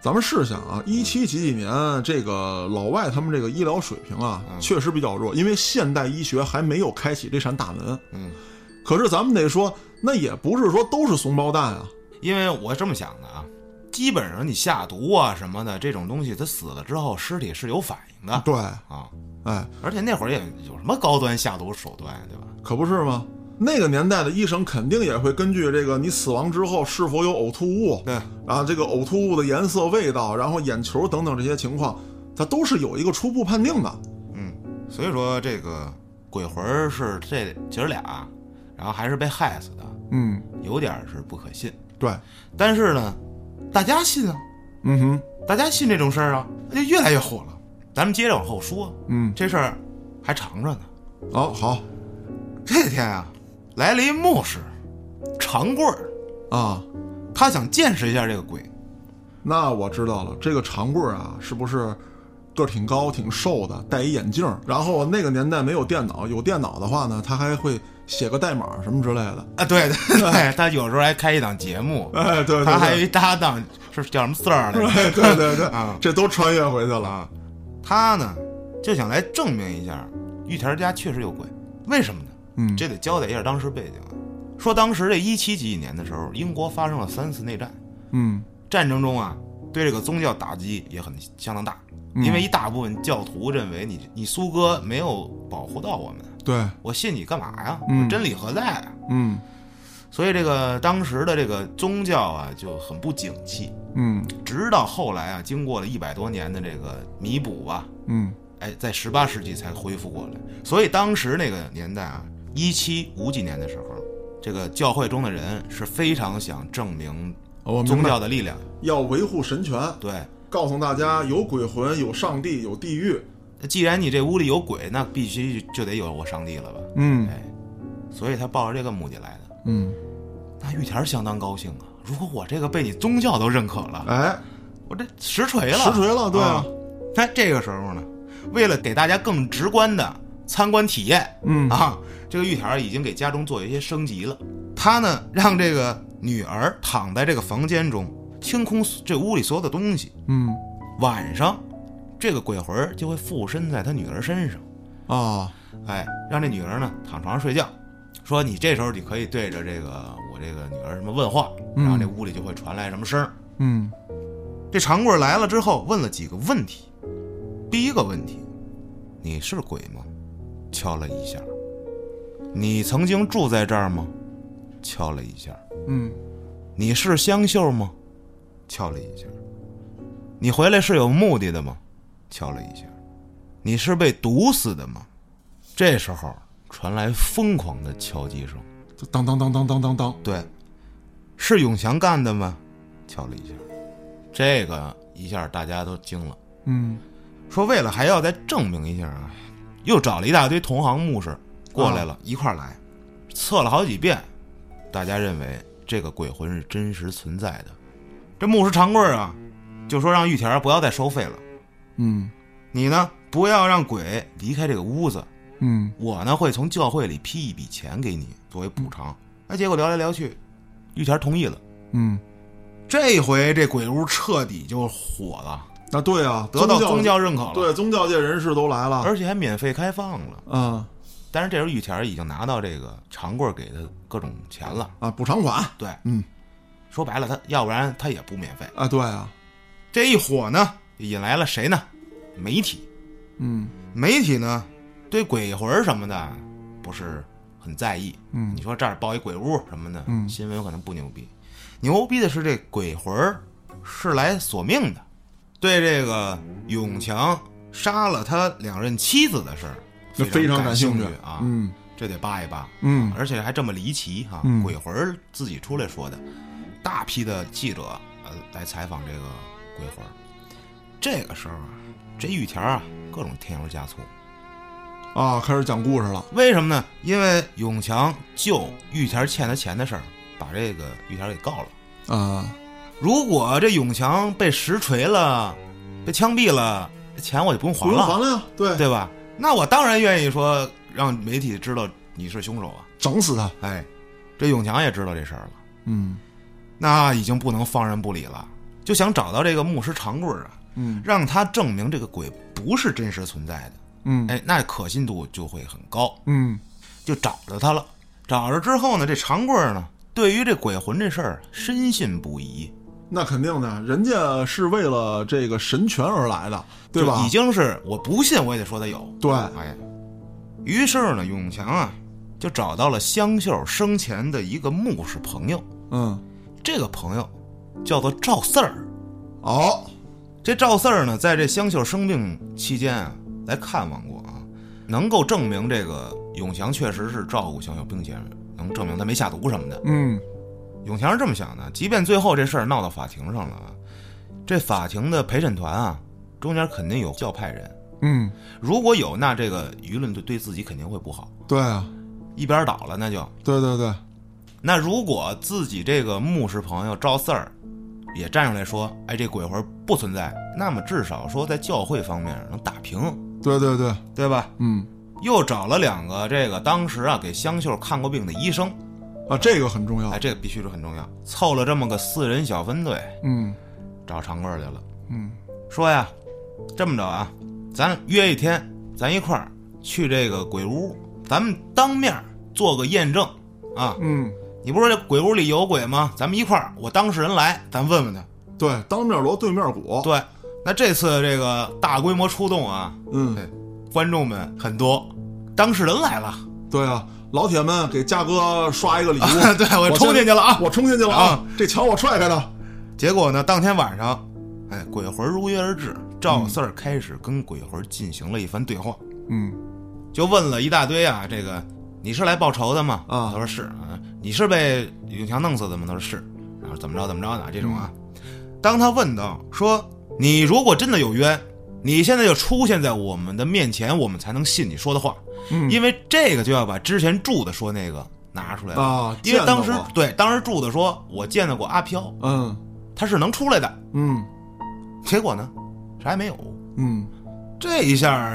Speaker 1: 咱们试想
Speaker 2: 嗯
Speaker 1: 啊，一七几几年，这个老外他们这个医疗水平啊，
Speaker 2: 嗯
Speaker 1: 确实比较弱，因为现代医学还没有开启这扇大门。
Speaker 2: 嗯，
Speaker 1: 可是咱们得说，那也不是说都是怂包蛋啊。
Speaker 2: 因为我这么想的啊，基本上你下毒啊什么的这种东西，他死了之后尸体是有反应的
Speaker 1: 对，
Speaker 2: 啊。
Speaker 1: 哎，
Speaker 2: 而且那会儿也有什么高端下毒手段呀，对吧？
Speaker 1: 可不是吗？那个年代的医生肯定也会根据这个你死亡之后是否有呕吐物，
Speaker 2: 对，
Speaker 1: 啊，这个呕吐物的颜色、味道，然后眼球等等这些情况，它都是有一个初步判定的。
Speaker 2: 嗯，所以说这个鬼魂儿是这姐儿俩，然后还是被害死的，
Speaker 1: 嗯，
Speaker 2: 有点儿是不可信。
Speaker 1: 对，
Speaker 2: 但是呢，大家信啊，
Speaker 1: 嗯哼，
Speaker 2: 大家信这种事儿啊，那就越来越火了。咱们接着往后说，
Speaker 1: 嗯，
Speaker 2: 这事儿还长着呢。
Speaker 1: 好、好
Speaker 2: 这天啊，来了一牧师，长棍儿，
Speaker 1: 啊，
Speaker 2: 他想见识一下这个鬼。
Speaker 1: 那我知道了，这个长棍儿啊，是不是个儿挺高、挺瘦的，戴一眼镜儿？然后那个年代没有电脑，有电脑的话呢，他还会写个代码什么之类的。
Speaker 2: 啊，对对 对，他有时候还开一档节目，
Speaker 1: 哎， 对对对，
Speaker 2: 他还有一搭档是叫什么 四儿来着？
Speaker 1: 对对对对
Speaker 2: 啊
Speaker 1: 这都穿越回去了。
Speaker 2: 啊，他呢就想来证明一下玉田家确实有鬼，为什么呢？
Speaker 1: 嗯，
Speaker 2: 这得交代一下当时背景啊。说当时这一七几几年的时候，英国发生了三次内战，
Speaker 1: 嗯
Speaker 2: 战争中啊，对这个宗教打击也很相当大，
Speaker 1: 嗯
Speaker 2: 因为一大部分教徒认为你你苏哥没有保护到我们，
Speaker 1: 对，
Speaker 2: 我信你干嘛呀？
Speaker 1: 嗯
Speaker 2: 我真理何在啊？
Speaker 1: 嗯
Speaker 2: 所以这个当时的这个宗教啊就很不景气，
Speaker 1: 嗯
Speaker 2: 直到后来啊，经过了一百多年的这个弥补吧，
Speaker 1: 嗯
Speaker 2: 哎，在十八世纪才恢复过来。所以当时那个年代啊，一七五几年的时候，这个教会中的人是非常想证明
Speaker 1: 我明
Speaker 2: 宗
Speaker 1: 白，
Speaker 2: 教的力量，
Speaker 1: 要维护神权，
Speaker 2: 对。
Speaker 1: 告诉大家有鬼魂、有上帝、有地狱。
Speaker 2: 那既然你这屋里有鬼，那必须就得有我上帝了吧？
Speaker 1: 嗯
Speaker 2: 哎，所以他抱着这个目的来的。
Speaker 1: 嗯，
Speaker 2: 那玉田相当高兴啊！如果我这个被你宗教都认可了，
Speaker 1: 哎，
Speaker 2: 我这实锤了，
Speaker 1: 实锤了，对啊
Speaker 2: 啊，。那这个时候呢，为了给大家更直观的参观体验
Speaker 1: 嗯
Speaker 2: 啊，这个玉田已经给家中做一些升级了。他呢，让这个女儿躺在这个房间中，清空这屋里所有的东西。
Speaker 1: 嗯
Speaker 2: 晚上，这个鬼魂儿就会附身在他女儿身上。
Speaker 1: 啊，
Speaker 2: 哎，让这女儿呢躺床上睡觉，说你这时候你可以对着这个我这个女儿什么问话，然后这屋里就会传来什么声儿。
Speaker 1: 嗯
Speaker 2: 这长贵儿来了之后问了几个问题，第一个问题，你是鬼吗？敲了一下。你曾经住在这儿吗？敲了一下。
Speaker 1: 嗯
Speaker 2: 你是香秀吗？敲了一下。你回来是有目的的吗？敲了一下。你是被毒死的吗？这时候传来疯狂的敲击声。
Speaker 1: 当当当当当当当，
Speaker 2: 对，是永强干的吗？敲了一下。这个一下大家都惊了。
Speaker 1: 嗯
Speaker 2: 说为了还要再证明一下啊，又找了一大堆同行牧师过来了，一块儿来，测了好几遍，大家认为这个鬼魂是真实存在的。这牧师长贵儿啊，就说让玉田儿不要再收费了，
Speaker 1: 嗯
Speaker 2: 你呢不要让鬼离开这个屋子，
Speaker 1: 嗯
Speaker 2: 我呢会从教会里批一笔钱给你作为补偿。那结果聊来聊去，玉田儿同意了。
Speaker 1: 嗯，
Speaker 2: 这回这鬼屋彻底就火了，
Speaker 1: 那对啊，
Speaker 2: 得到宗
Speaker 1: 宗
Speaker 2: 教认可了，
Speaker 1: 对宗教界人士都来了，
Speaker 2: 而且还免费开放了。
Speaker 1: 啊
Speaker 2: 但是这时候玉田儿已经拿到这个长贵儿给的各种钱了，
Speaker 1: 啊补偿款
Speaker 2: 对，
Speaker 1: 嗯，
Speaker 2: 说白了他要不然他也不免费。
Speaker 1: 啊对啊，
Speaker 2: 这一火呢，引来了谁呢？媒体，
Speaker 1: 嗯
Speaker 2: 媒体呢对鬼魂儿什么的不是很在意，
Speaker 1: 嗯
Speaker 2: 你说这儿报一鬼屋什么的，
Speaker 1: 嗯
Speaker 2: 新闻可能不牛逼，牛逼的是这鬼魂儿是来索命的，对这个永强杀了他两任妻子的事儿，
Speaker 1: 那非常
Speaker 2: 感
Speaker 1: 感兴
Speaker 2: 趣
Speaker 1: 趣
Speaker 2: 啊，
Speaker 1: 嗯
Speaker 2: 这得扒一扒，
Speaker 1: 嗯
Speaker 2: 而且还这么离奇哈、
Speaker 1: 嗯
Speaker 2: 鬼魂儿自己出来说的，大批的记者呃来采访这个鬼魂儿，这个时候啊，这玉田儿啊各种添油加醋，
Speaker 1: 啊开始讲故事了，
Speaker 2: 为什么呢？因为永强就玉田欠他钱的事儿，把这个玉田给告了。
Speaker 1: 啊
Speaker 2: 如果这永强被实锤了，被枪毙了，这钱我就不用还
Speaker 1: 不用还
Speaker 2: 了，
Speaker 1: 了呀，对，
Speaker 2: 对吧？那我当然愿意说让媒体知道你是凶手啊！
Speaker 1: 整死他，
Speaker 2: 哎，这永强也知道这事儿了，
Speaker 1: 嗯
Speaker 2: 那已经不能放任不理了，就想找到这个牧师长贵儿啊，
Speaker 1: 嗯
Speaker 2: 让他证明这个鬼不是真实存在的。
Speaker 1: 嗯
Speaker 2: 哎，那可信度就会很高。
Speaker 1: 嗯
Speaker 2: 就找着他了。找着之后呢，这长贵儿呢，对于这鬼魂这事儿深信不疑，
Speaker 1: 那肯定的，人家是为了这个神权而来的，对吧
Speaker 2: 就已？经是我不信，我也得说他有。
Speaker 1: 对
Speaker 2: 哎，于是呢，永强啊，就找到了香秀生前的一个牧师朋友，
Speaker 1: 嗯
Speaker 2: 这个朋友叫做赵四儿。
Speaker 1: 哦
Speaker 2: 这赵四儿呢，在这香秀生病期间啊，来看望过啊，能够证明这个永强确实是照顾香秀，并且能证明他没下毒什么的。
Speaker 1: 嗯
Speaker 2: 永强是这么想的，即便最后这事儿闹到法庭上了，啊，这法庭的陪审团啊，中间肯定有教派人，
Speaker 1: 嗯
Speaker 2: 如果有，那这个舆论对对自己肯定会不好，
Speaker 1: 对啊
Speaker 2: 一边倒了那就。
Speaker 1: 对对对
Speaker 2: 那如果自己这个牧师朋友赵四儿也站出来说，哎，这鬼魂不存在，那么至少说在教会方面能打平，
Speaker 1: 对对对，
Speaker 2: 对吧？
Speaker 1: 嗯
Speaker 2: 又找了两个这个当时啊给香秀看过病的医生，
Speaker 1: 啊这个很重要
Speaker 2: 哎，，这个必须是很重要，凑了这么个四人小分队
Speaker 1: 嗯
Speaker 2: 找长贵儿去了。
Speaker 1: 嗯
Speaker 2: 说呀，这么着啊，咱约一天，咱一块儿去这个鬼屋，咱们当面做个验证啊。
Speaker 1: 嗯。
Speaker 2: 你不是说这鬼屋里有鬼吗？咱们一块儿，我当事人来，咱问问他。
Speaker 1: 对，当面锣对面鼓。，
Speaker 2: 对，那这次这个大规模出动啊，
Speaker 1: 嗯，
Speaker 2: 观众们很多，当事人来了，，
Speaker 1: 对啊，老铁们给嘉哥刷一个礼物
Speaker 2: 对我冲进去了啊。
Speaker 1: 我冲进去了啊！这墙我踹开的。
Speaker 2: 结果呢，当天晚上，哎，鬼魂如约而至，赵四儿开始跟鬼魂进行了一番对话。
Speaker 1: 嗯
Speaker 2: 就问了一大堆啊，这个你是来报仇的吗？
Speaker 1: 啊
Speaker 2: 他说是啊，你是被永强弄死的吗？他说是，然后怎么着怎么着的这种啊。
Speaker 1: 嗯
Speaker 2: 当他问到说你如果真的有冤，你现在就出现在我们的面前，我们才能信你说的话，
Speaker 1: 嗯
Speaker 2: 因为这个就要把之前住的说那个拿出来了，
Speaker 1: 啊，
Speaker 2: 因为当时
Speaker 1: 见到了
Speaker 2: 对当时住的说我见到过阿飘，
Speaker 1: 嗯
Speaker 2: 他是能出来的，
Speaker 1: 嗯
Speaker 2: 结果呢啥也没有，
Speaker 1: 嗯，
Speaker 2: 这一下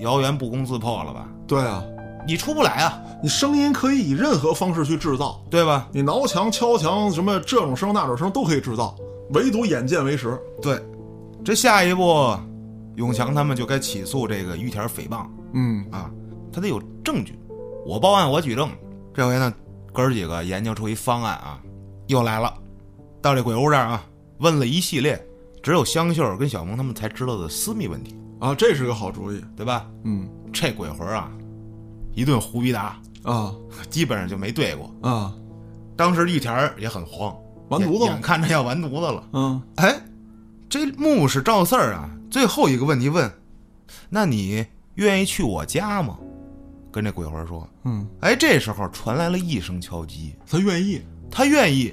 Speaker 2: 谣言不攻自破了吧？
Speaker 1: 对啊，
Speaker 2: 你出不来啊，
Speaker 1: 你声音可以以任何方式去制造，
Speaker 2: 对吧？
Speaker 1: 你挠墙、敲墙，什么这种声、那种声都可以制造，唯独眼见为实。
Speaker 2: 对，这下一步，永强他们就该起诉这个玉田诽谤
Speaker 1: 嗯
Speaker 2: 啊，他得有证据，我报案我举证。这回呢，哥儿几个研究出一方案啊，又来了，到这鬼屋这儿啊，问了一系列只有香秀跟小萌他们才知道的私密问题，
Speaker 1: 啊，这是个好主意。
Speaker 2: 对吧？
Speaker 1: 嗯
Speaker 2: 这鬼魂啊，一顿胡逼答，
Speaker 1: 啊
Speaker 2: 基本上就没对过。
Speaker 1: 啊，
Speaker 2: 当时玉田儿也很慌，
Speaker 1: 完犊
Speaker 2: 眼眼
Speaker 1: 子。
Speaker 2: 看着要完犊子了。
Speaker 1: 嗯
Speaker 2: 哎，这牧师赵四儿啊，最后一个问题问：那你愿意去我家吗？跟这鬼魂说。
Speaker 1: 嗯，
Speaker 2: 哎，这时候传来了一声敲击，
Speaker 1: 他愿意。
Speaker 2: 他愿意。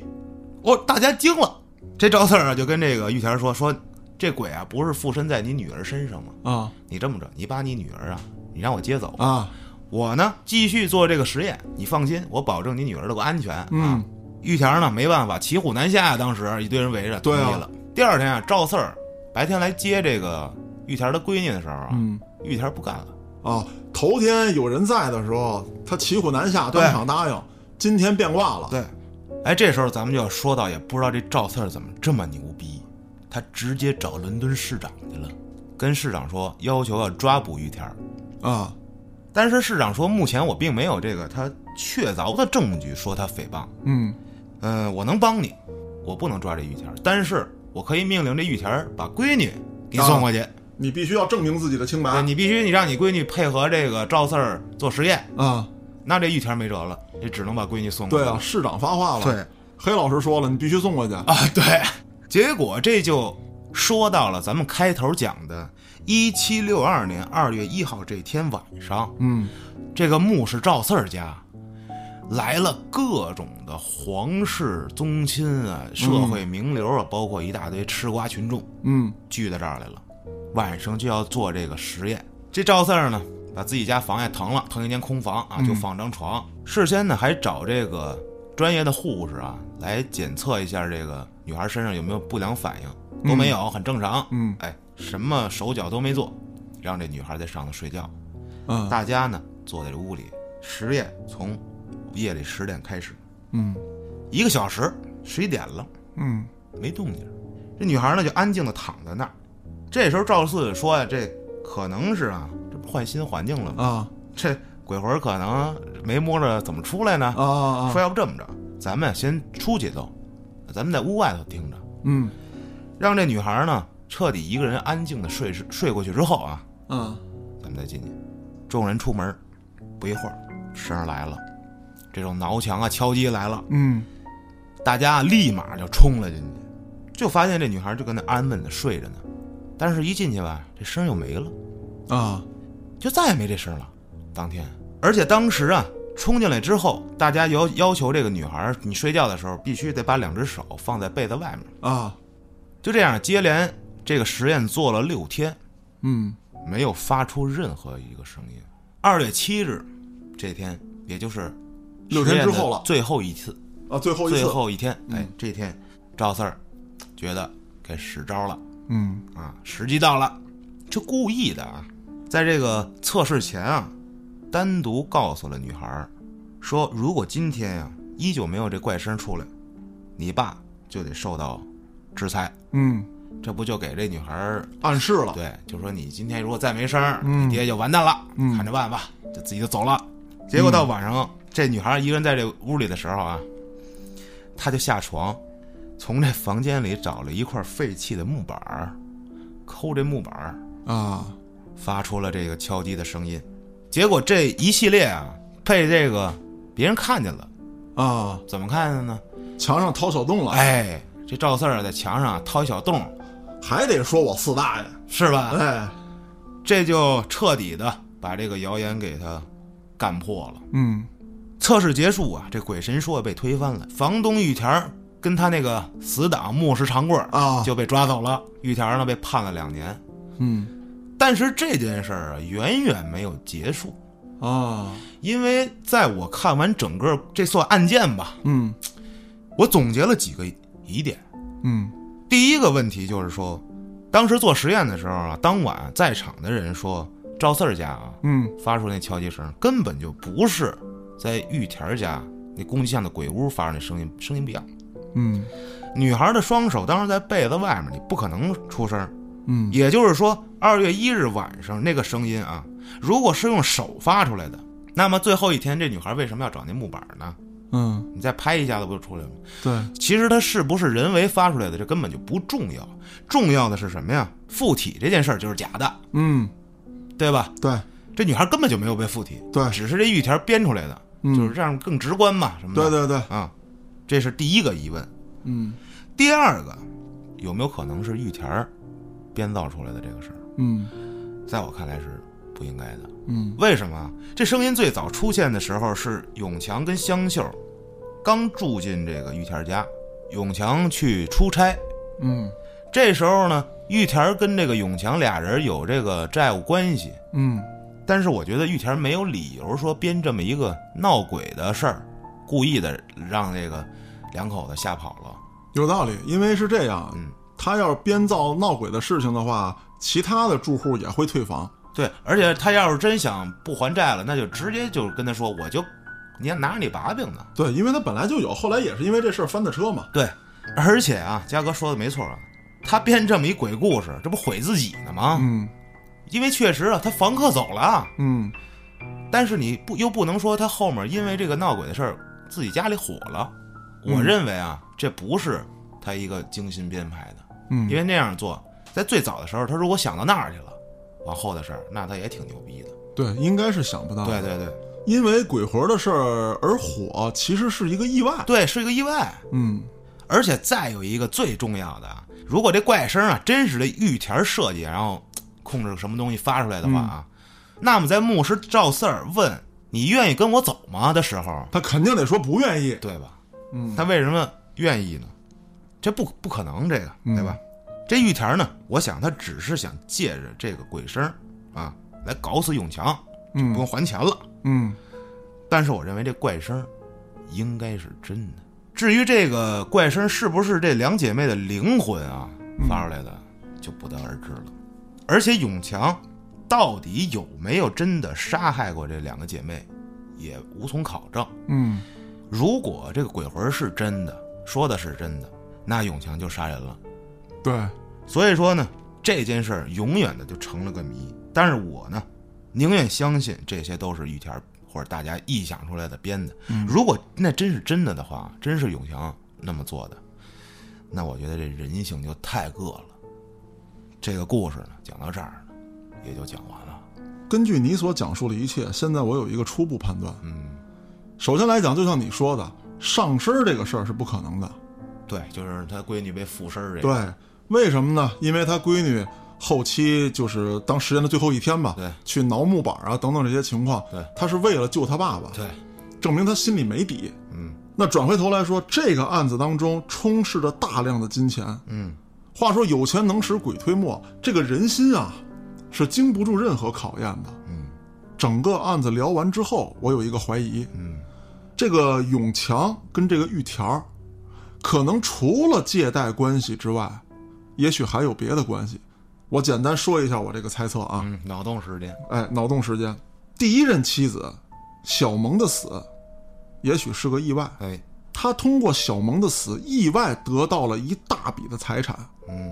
Speaker 2: 哦，大家惊了。这赵四儿啊，就跟这个玉田说：说这鬼啊，不是附身在你女儿身上吗？
Speaker 1: 啊
Speaker 2: 你这么着，你把你女儿啊，你让我接走，
Speaker 1: 啊，
Speaker 2: 我呢继续做这个实验。你放心，我保证你女儿的个安全。啊
Speaker 1: 嗯，
Speaker 2: 玉田呢，没办法，骑虎难下，当时一堆人围着，同
Speaker 1: 对
Speaker 2: 意
Speaker 1: 啊
Speaker 2: 了。第二天啊，赵四儿白天来接这个玉田的闺女的时候啊，
Speaker 1: 嗯
Speaker 2: 玉田不干了。
Speaker 1: 啊，头天有人在的时候，他骑虎难下，
Speaker 2: 对
Speaker 1: 当场答应。今天变卦了，
Speaker 2: 对，哎，这时候咱们就要说到，也不知道这赵四儿怎么这么牛逼，他直接找伦敦市长去了，跟市长说要求要抓捕玉田儿。
Speaker 1: 啊，
Speaker 2: 但是市长说，目前我并没有这个他确凿的证据说他诽谤。
Speaker 1: 嗯
Speaker 2: 嗯、我能帮你，我不能抓这玉田儿，但是我可以命令这玉田儿把闺女给你送过去。
Speaker 1: 你必须要证明自己的清
Speaker 2: 对
Speaker 1: 白
Speaker 2: 你必须你让你闺女配合这个赵四儿做实验，
Speaker 1: 啊！
Speaker 2: 那这玉田没辙了，这只能把闺女送过
Speaker 1: 对
Speaker 2: 去。
Speaker 1: 啊，市长发话了，
Speaker 2: 对，
Speaker 1: 黑老师说了，你必须送过去
Speaker 2: 啊，对。结果这就说到了咱们开头讲的，一七六二年二月一号这天晚上，
Speaker 1: 嗯
Speaker 2: 这个牧师赵四儿家来了各种的皇室宗亲啊、社会名流啊，包括一大堆吃瓜群众
Speaker 1: 嗯
Speaker 2: 聚到这儿来了。晚上就要做这个实验。这赵四儿呢，把自己家房也腾了，腾一间空房啊，
Speaker 1: 嗯
Speaker 2: 就放张床。事先呢，还找这个专业的护士啊，来检测一下这个女孩身上有没有不良反应，都没有，很正常。
Speaker 1: 嗯
Speaker 2: 哎，什么手脚都没做，让这女孩在上头睡觉。
Speaker 1: 嗯
Speaker 2: 大家呢坐在这屋里，实验从夜里十点开始，
Speaker 1: 嗯
Speaker 2: 一个小时，十一点了，
Speaker 1: 嗯
Speaker 2: 没动静儿。这女孩呢就安静的躺在那儿。这时候赵四说呀、这可能是啊，这不换新环境了吗？
Speaker 1: 啊
Speaker 2: 这鬼魂可能没摸着怎么出来呢
Speaker 1: 啊？啊
Speaker 2: 说要不这么着，咱们啊先出去走，咱们在屋外头听着，
Speaker 1: 嗯
Speaker 2: 让这女孩呢彻底一个人安静的睡睡过去之后啊，
Speaker 1: 啊
Speaker 2: 咱们再进去。众人出门，不一会儿，声儿来了，这种挠墙啊、敲击来了，
Speaker 1: 嗯
Speaker 2: 大家立马就冲了进去，就发现这女孩就跟那安稳的睡着呢。但是，一进去吧，这声儿又没了，
Speaker 1: 啊
Speaker 2: 就再也没这声儿了。当天，而且当时啊，冲进来之后，大家要要求这个女孩，你睡觉的时候必须得把两只手放在被子外面。
Speaker 1: 啊
Speaker 2: 就这样，接连这个实验做了六天，
Speaker 1: 嗯
Speaker 2: 没有发出任何一个声音。二月七日这天，也就是
Speaker 1: 六天之后了
Speaker 2: 实验的最后一次，
Speaker 1: 啊！最后一
Speaker 2: 最
Speaker 1: 次，嗯
Speaker 2: 后一天，哎，这天赵四儿觉得该使招了
Speaker 1: 嗯
Speaker 2: 啊，时机到了，这故意的啊，在这个测试前啊，单独告诉了女孩儿，说如果今天呀、依旧没有这怪声出来，你爸就得受到制裁。
Speaker 1: 嗯，
Speaker 2: 这不就给这女孩儿
Speaker 1: 暗示了，
Speaker 2: 对，就说你今天如果再没声儿，
Speaker 1: 嗯
Speaker 2: 你爹就完蛋了，
Speaker 1: 嗯
Speaker 2: 看着办吧，就自己就走了。结果到晚上，这女孩一个人在这屋里的时候啊，她就下床，从这房间里找了一块废弃的木板儿，抠这木板儿，
Speaker 1: 啊
Speaker 2: 发出了这个敲击的声音。结果这一系列啊，被这个别人看见了，
Speaker 1: 啊，
Speaker 2: 怎么看见呢？
Speaker 1: 墙上掏小洞了，
Speaker 2: 哎，这赵四儿在墙上啊掏一小洞，
Speaker 1: 还得说我四大爷，
Speaker 2: 是吧？
Speaker 1: 哎，
Speaker 2: 这就彻底的把这个谣言给他干破了。
Speaker 1: 嗯
Speaker 2: 测试结束啊，这鬼神说被推翻了，房东玉田儿跟他那个死党牧师长贵儿
Speaker 1: 啊，
Speaker 2: 就被抓走了，玉田儿呢被判了两年。
Speaker 1: 嗯
Speaker 2: 但是这件事儿啊，远远没有结束，
Speaker 1: 啊，
Speaker 2: 因为在我看完整个这算案件吧，
Speaker 1: 嗯
Speaker 2: 我总结了几个疑点。
Speaker 1: 嗯
Speaker 2: 第一个问题就是说，当时做实验的时候啊，当晚在场的人说赵四儿家啊，
Speaker 1: 嗯
Speaker 2: 发出那敲击声，根本就不是在玉田儿家那攻击巷的鬼屋发出那声音，声音不一样。
Speaker 1: 嗯
Speaker 2: 女孩的双手当时在被子外面，你不可能出声儿。
Speaker 1: 嗯
Speaker 2: 也就是说，二月一日晚上那个声音啊，如果是用手发出来的，那么最后一天这女孩为什么要找那木板呢？
Speaker 1: 嗯，
Speaker 2: 你再拍一下子不就出来了吗？
Speaker 1: 对，
Speaker 2: 其实它是不是人为发出来的，这根本就不重要，重要的是什么呀？附体这件事儿就是假的，
Speaker 1: 嗯
Speaker 2: 对吧？
Speaker 1: 对，
Speaker 2: 这女孩根本就没有被附体，
Speaker 1: 对
Speaker 2: 只是这玉条编出来的，
Speaker 1: 嗯
Speaker 2: 就是让更直观嘛，什么
Speaker 1: 对
Speaker 2: 的。
Speaker 1: 对对，
Speaker 2: 啊，这是第一个疑问。
Speaker 1: 嗯
Speaker 2: 第二个，有没有可能是玉田儿编造出来的这个事儿？
Speaker 1: 嗯
Speaker 2: 在我看来是不应该的。
Speaker 1: 嗯
Speaker 2: 为什么啊？这声音最早出现的时候是永强跟香秀刚住进这个玉田家，永强去出差，
Speaker 1: 嗯
Speaker 2: 这时候呢，玉田儿跟这个永强俩人有这个债务关系，
Speaker 1: 嗯，
Speaker 2: 但是我觉得玉田没有理由说编这么一个闹鬼的事儿，故意的让这个两口子吓跑了。
Speaker 1: 有道理，因为是这样，
Speaker 2: 嗯
Speaker 1: 他要是编造闹鬼的事情的话，其他的住户也会退房。
Speaker 2: 对，而且他要是真想不还债了，那就直接就跟他说，我就你拿着你把柄呢。
Speaker 1: 对，因为他本来就有，后来也是因为这事儿翻的车嘛。
Speaker 2: 对，而且啊，嘉哥说的没错啊，他编这么一鬼故事，这不毁自己呢吗？
Speaker 1: 嗯
Speaker 2: 因为确实啊，他房客走了，
Speaker 1: 嗯，
Speaker 2: 但是你不又不能说他后面因为这个闹鬼的事儿，自己家里火了。我
Speaker 1: 嗯
Speaker 2: 认为啊，这不是他一个精心编排的。
Speaker 1: 嗯
Speaker 2: 因为那样做，在最早的时候，他如果想到那儿去了，往后的事儿，那他也挺牛逼的。
Speaker 1: 对，应该是想不到。
Speaker 2: 对，对对
Speaker 1: 因为鬼魂的事儿而火，其实是一个意外。
Speaker 2: 对，是一个意外。
Speaker 1: 嗯
Speaker 2: 而且再有一个最重要的啊，如果这怪声啊真是这玉田设计，然后嘖控制什么东西发出来的话
Speaker 1: 嗯
Speaker 2: 啊，那么在牧师赵四儿问你愿意跟我走吗的时候，
Speaker 1: 他肯定得说不愿意。
Speaker 2: 对吧？
Speaker 1: 嗯
Speaker 2: 他为什么愿意呢？这不不可能，这个
Speaker 1: 嗯
Speaker 2: 对吧？这玉田呢，我想他只是想借着这个鬼声啊来搞死永强，不
Speaker 1: 嗯
Speaker 2: 用还钱了。
Speaker 1: 嗯
Speaker 2: 但是我认为这怪声应该是真的。至于这个怪声是不是这两姐妹的灵魂啊发出来的，就不得而知了。而且永强到底有没有真的杀害过这两个姐妹，也无从考证。
Speaker 1: 嗯
Speaker 2: 如果这个鬼魂是真的，说的是真的，那永强就杀人了。
Speaker 1: 对，
Speaker 2: 所以说呢，这件事儿永远的就成了个谜。但是我呢，宁愿相信这些都是玉田儿或者大家臆想出来的编的。如果那真是真的的话，真是永强那么做的，那我觉得这人性就太恶了。这个故事呢，讲到这儿呢，也就讲完了。
Speaker 1: 根据你所讲述的一切，现在我有一个初步判断。
Speaker 2: 嗯，
Speaker 1: 首先来讲，就像你说的，上身儿这个事儿是不可能的。
Speaker 2: 对，就是他闺女被附身儿这个，
Speaker 1: 对，为什么呢？因为他闺女后期就是当实验的最后一天吧，
Speaker 2: 对
Speaker 1: 去挠木板啊等等这些情况，
Speaker 2: 对
Speaker 1: 他是为了救他爸爸，
Speaker 2: 对，
Speaker 1: 证明他心里没底。
Speaker 2: 嗯
Speaker 1: 那转回头来说，这个案子当中充斥着大量的金钱。
Speaker 2: 嗯，
Speaker 1: 话说有钱能使鬼推磨，这个人心啊，是经不住任何考验的。
Speaker 2: 嗯
Speaker 1: 整个案子聊完之后，我有一个怀疑，
Speaker 2: 嗯，
Speaker 1: 这个永强跟这个玉条儿，可能除了借贷关系之外，也许还有别的关系。我简单说一下我这个猜测啊，
Speaker 2: 嗯，脑洞时间，
Speaker 1: 哎，脑洞时间，第一任妻子小萌的死，也许是个意外。
Speaker 2: 哎，
Speaker 1: 他通过小萌的死意外得到了一大笔的财产，
Speaker 2: 嗯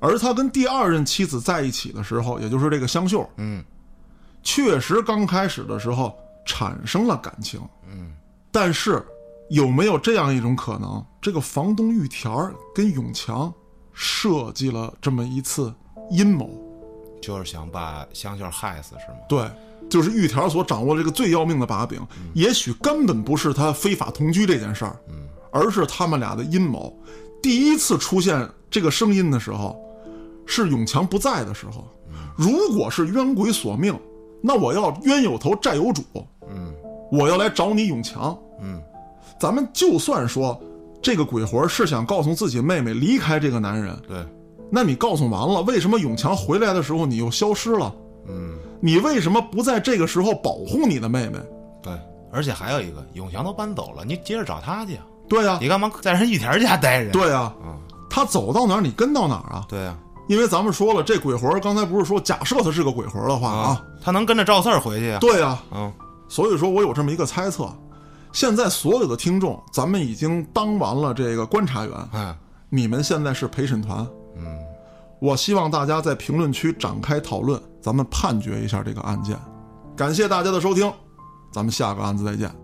Speaker 1: 而他跟第二任妻子在一起的时候，也就是这个香秀，
Speaker 2: 嗯
Speaker 1: 确实刚开始的时候产生了感情，
Speaker 2: 嗯，
Speaker 1: 但是有没有这样一种可能，这个房东玉田儿跟永强设计了这么一次阴谋？
Speaker 2: 就是想把香秀害死是吗？
Speaker 1: 对，就是玉田儿所掌握这个最要命的把柄，也许根本不是他非法同居这件事儿，而是他们俩的阴谋。第一次出现这个声音的时候，是永强不在的时候。如果是冤鬼索命，那我要冤有头债有主，
Speaker 2: 嗯
Speaker 1: 我要来找你永强。
Speaker 2: 嗯
Speaker 1: 咱们就算说这个鬼魂是想告诉自己妹妹离开这个男人，，
Speaker 2: 对，
Speaker 1: 那你告诉完了，为什么永强回来的时候你又消失了？
Speaker 2: 嗯
Speaker 1: 你为什么不在这个时候保护你的妹妹？
Speaker 2: 对，而且还有一个，永强都搬走了，你接着找他去啊，
Speaker 1: 对呀、
Speaker 2: 你干嘛在人玉田家待着？，
Speaker 1: 对呀、
Speaker 2: 嗯，
Speaker 1: 他走到哪儿你跟到哪儿啊？
Speaker 2: 对啊，
Speaker 1: 因为咱们说了，这鬼魂刚才不是说假设他是个鬼魂的话啊？，
Speaker 2: 他能跟着赵四儿回去呀？
Speaker 1: 对呀、
Speaker 2: 嗯，
Speaker 1: 所以说我有这么一个猜测。现在所有的听众，咱们已经当完了这个观察员，
Speaker 2: 哎，
Speaker 1: 你们现在是陪审团，
Speaker 2: 嗯，
Speaker 1: 我希望大家在评论区展开讨论，咱们判决一下这个案件。感谢大家的收听，咱们下个案子再见。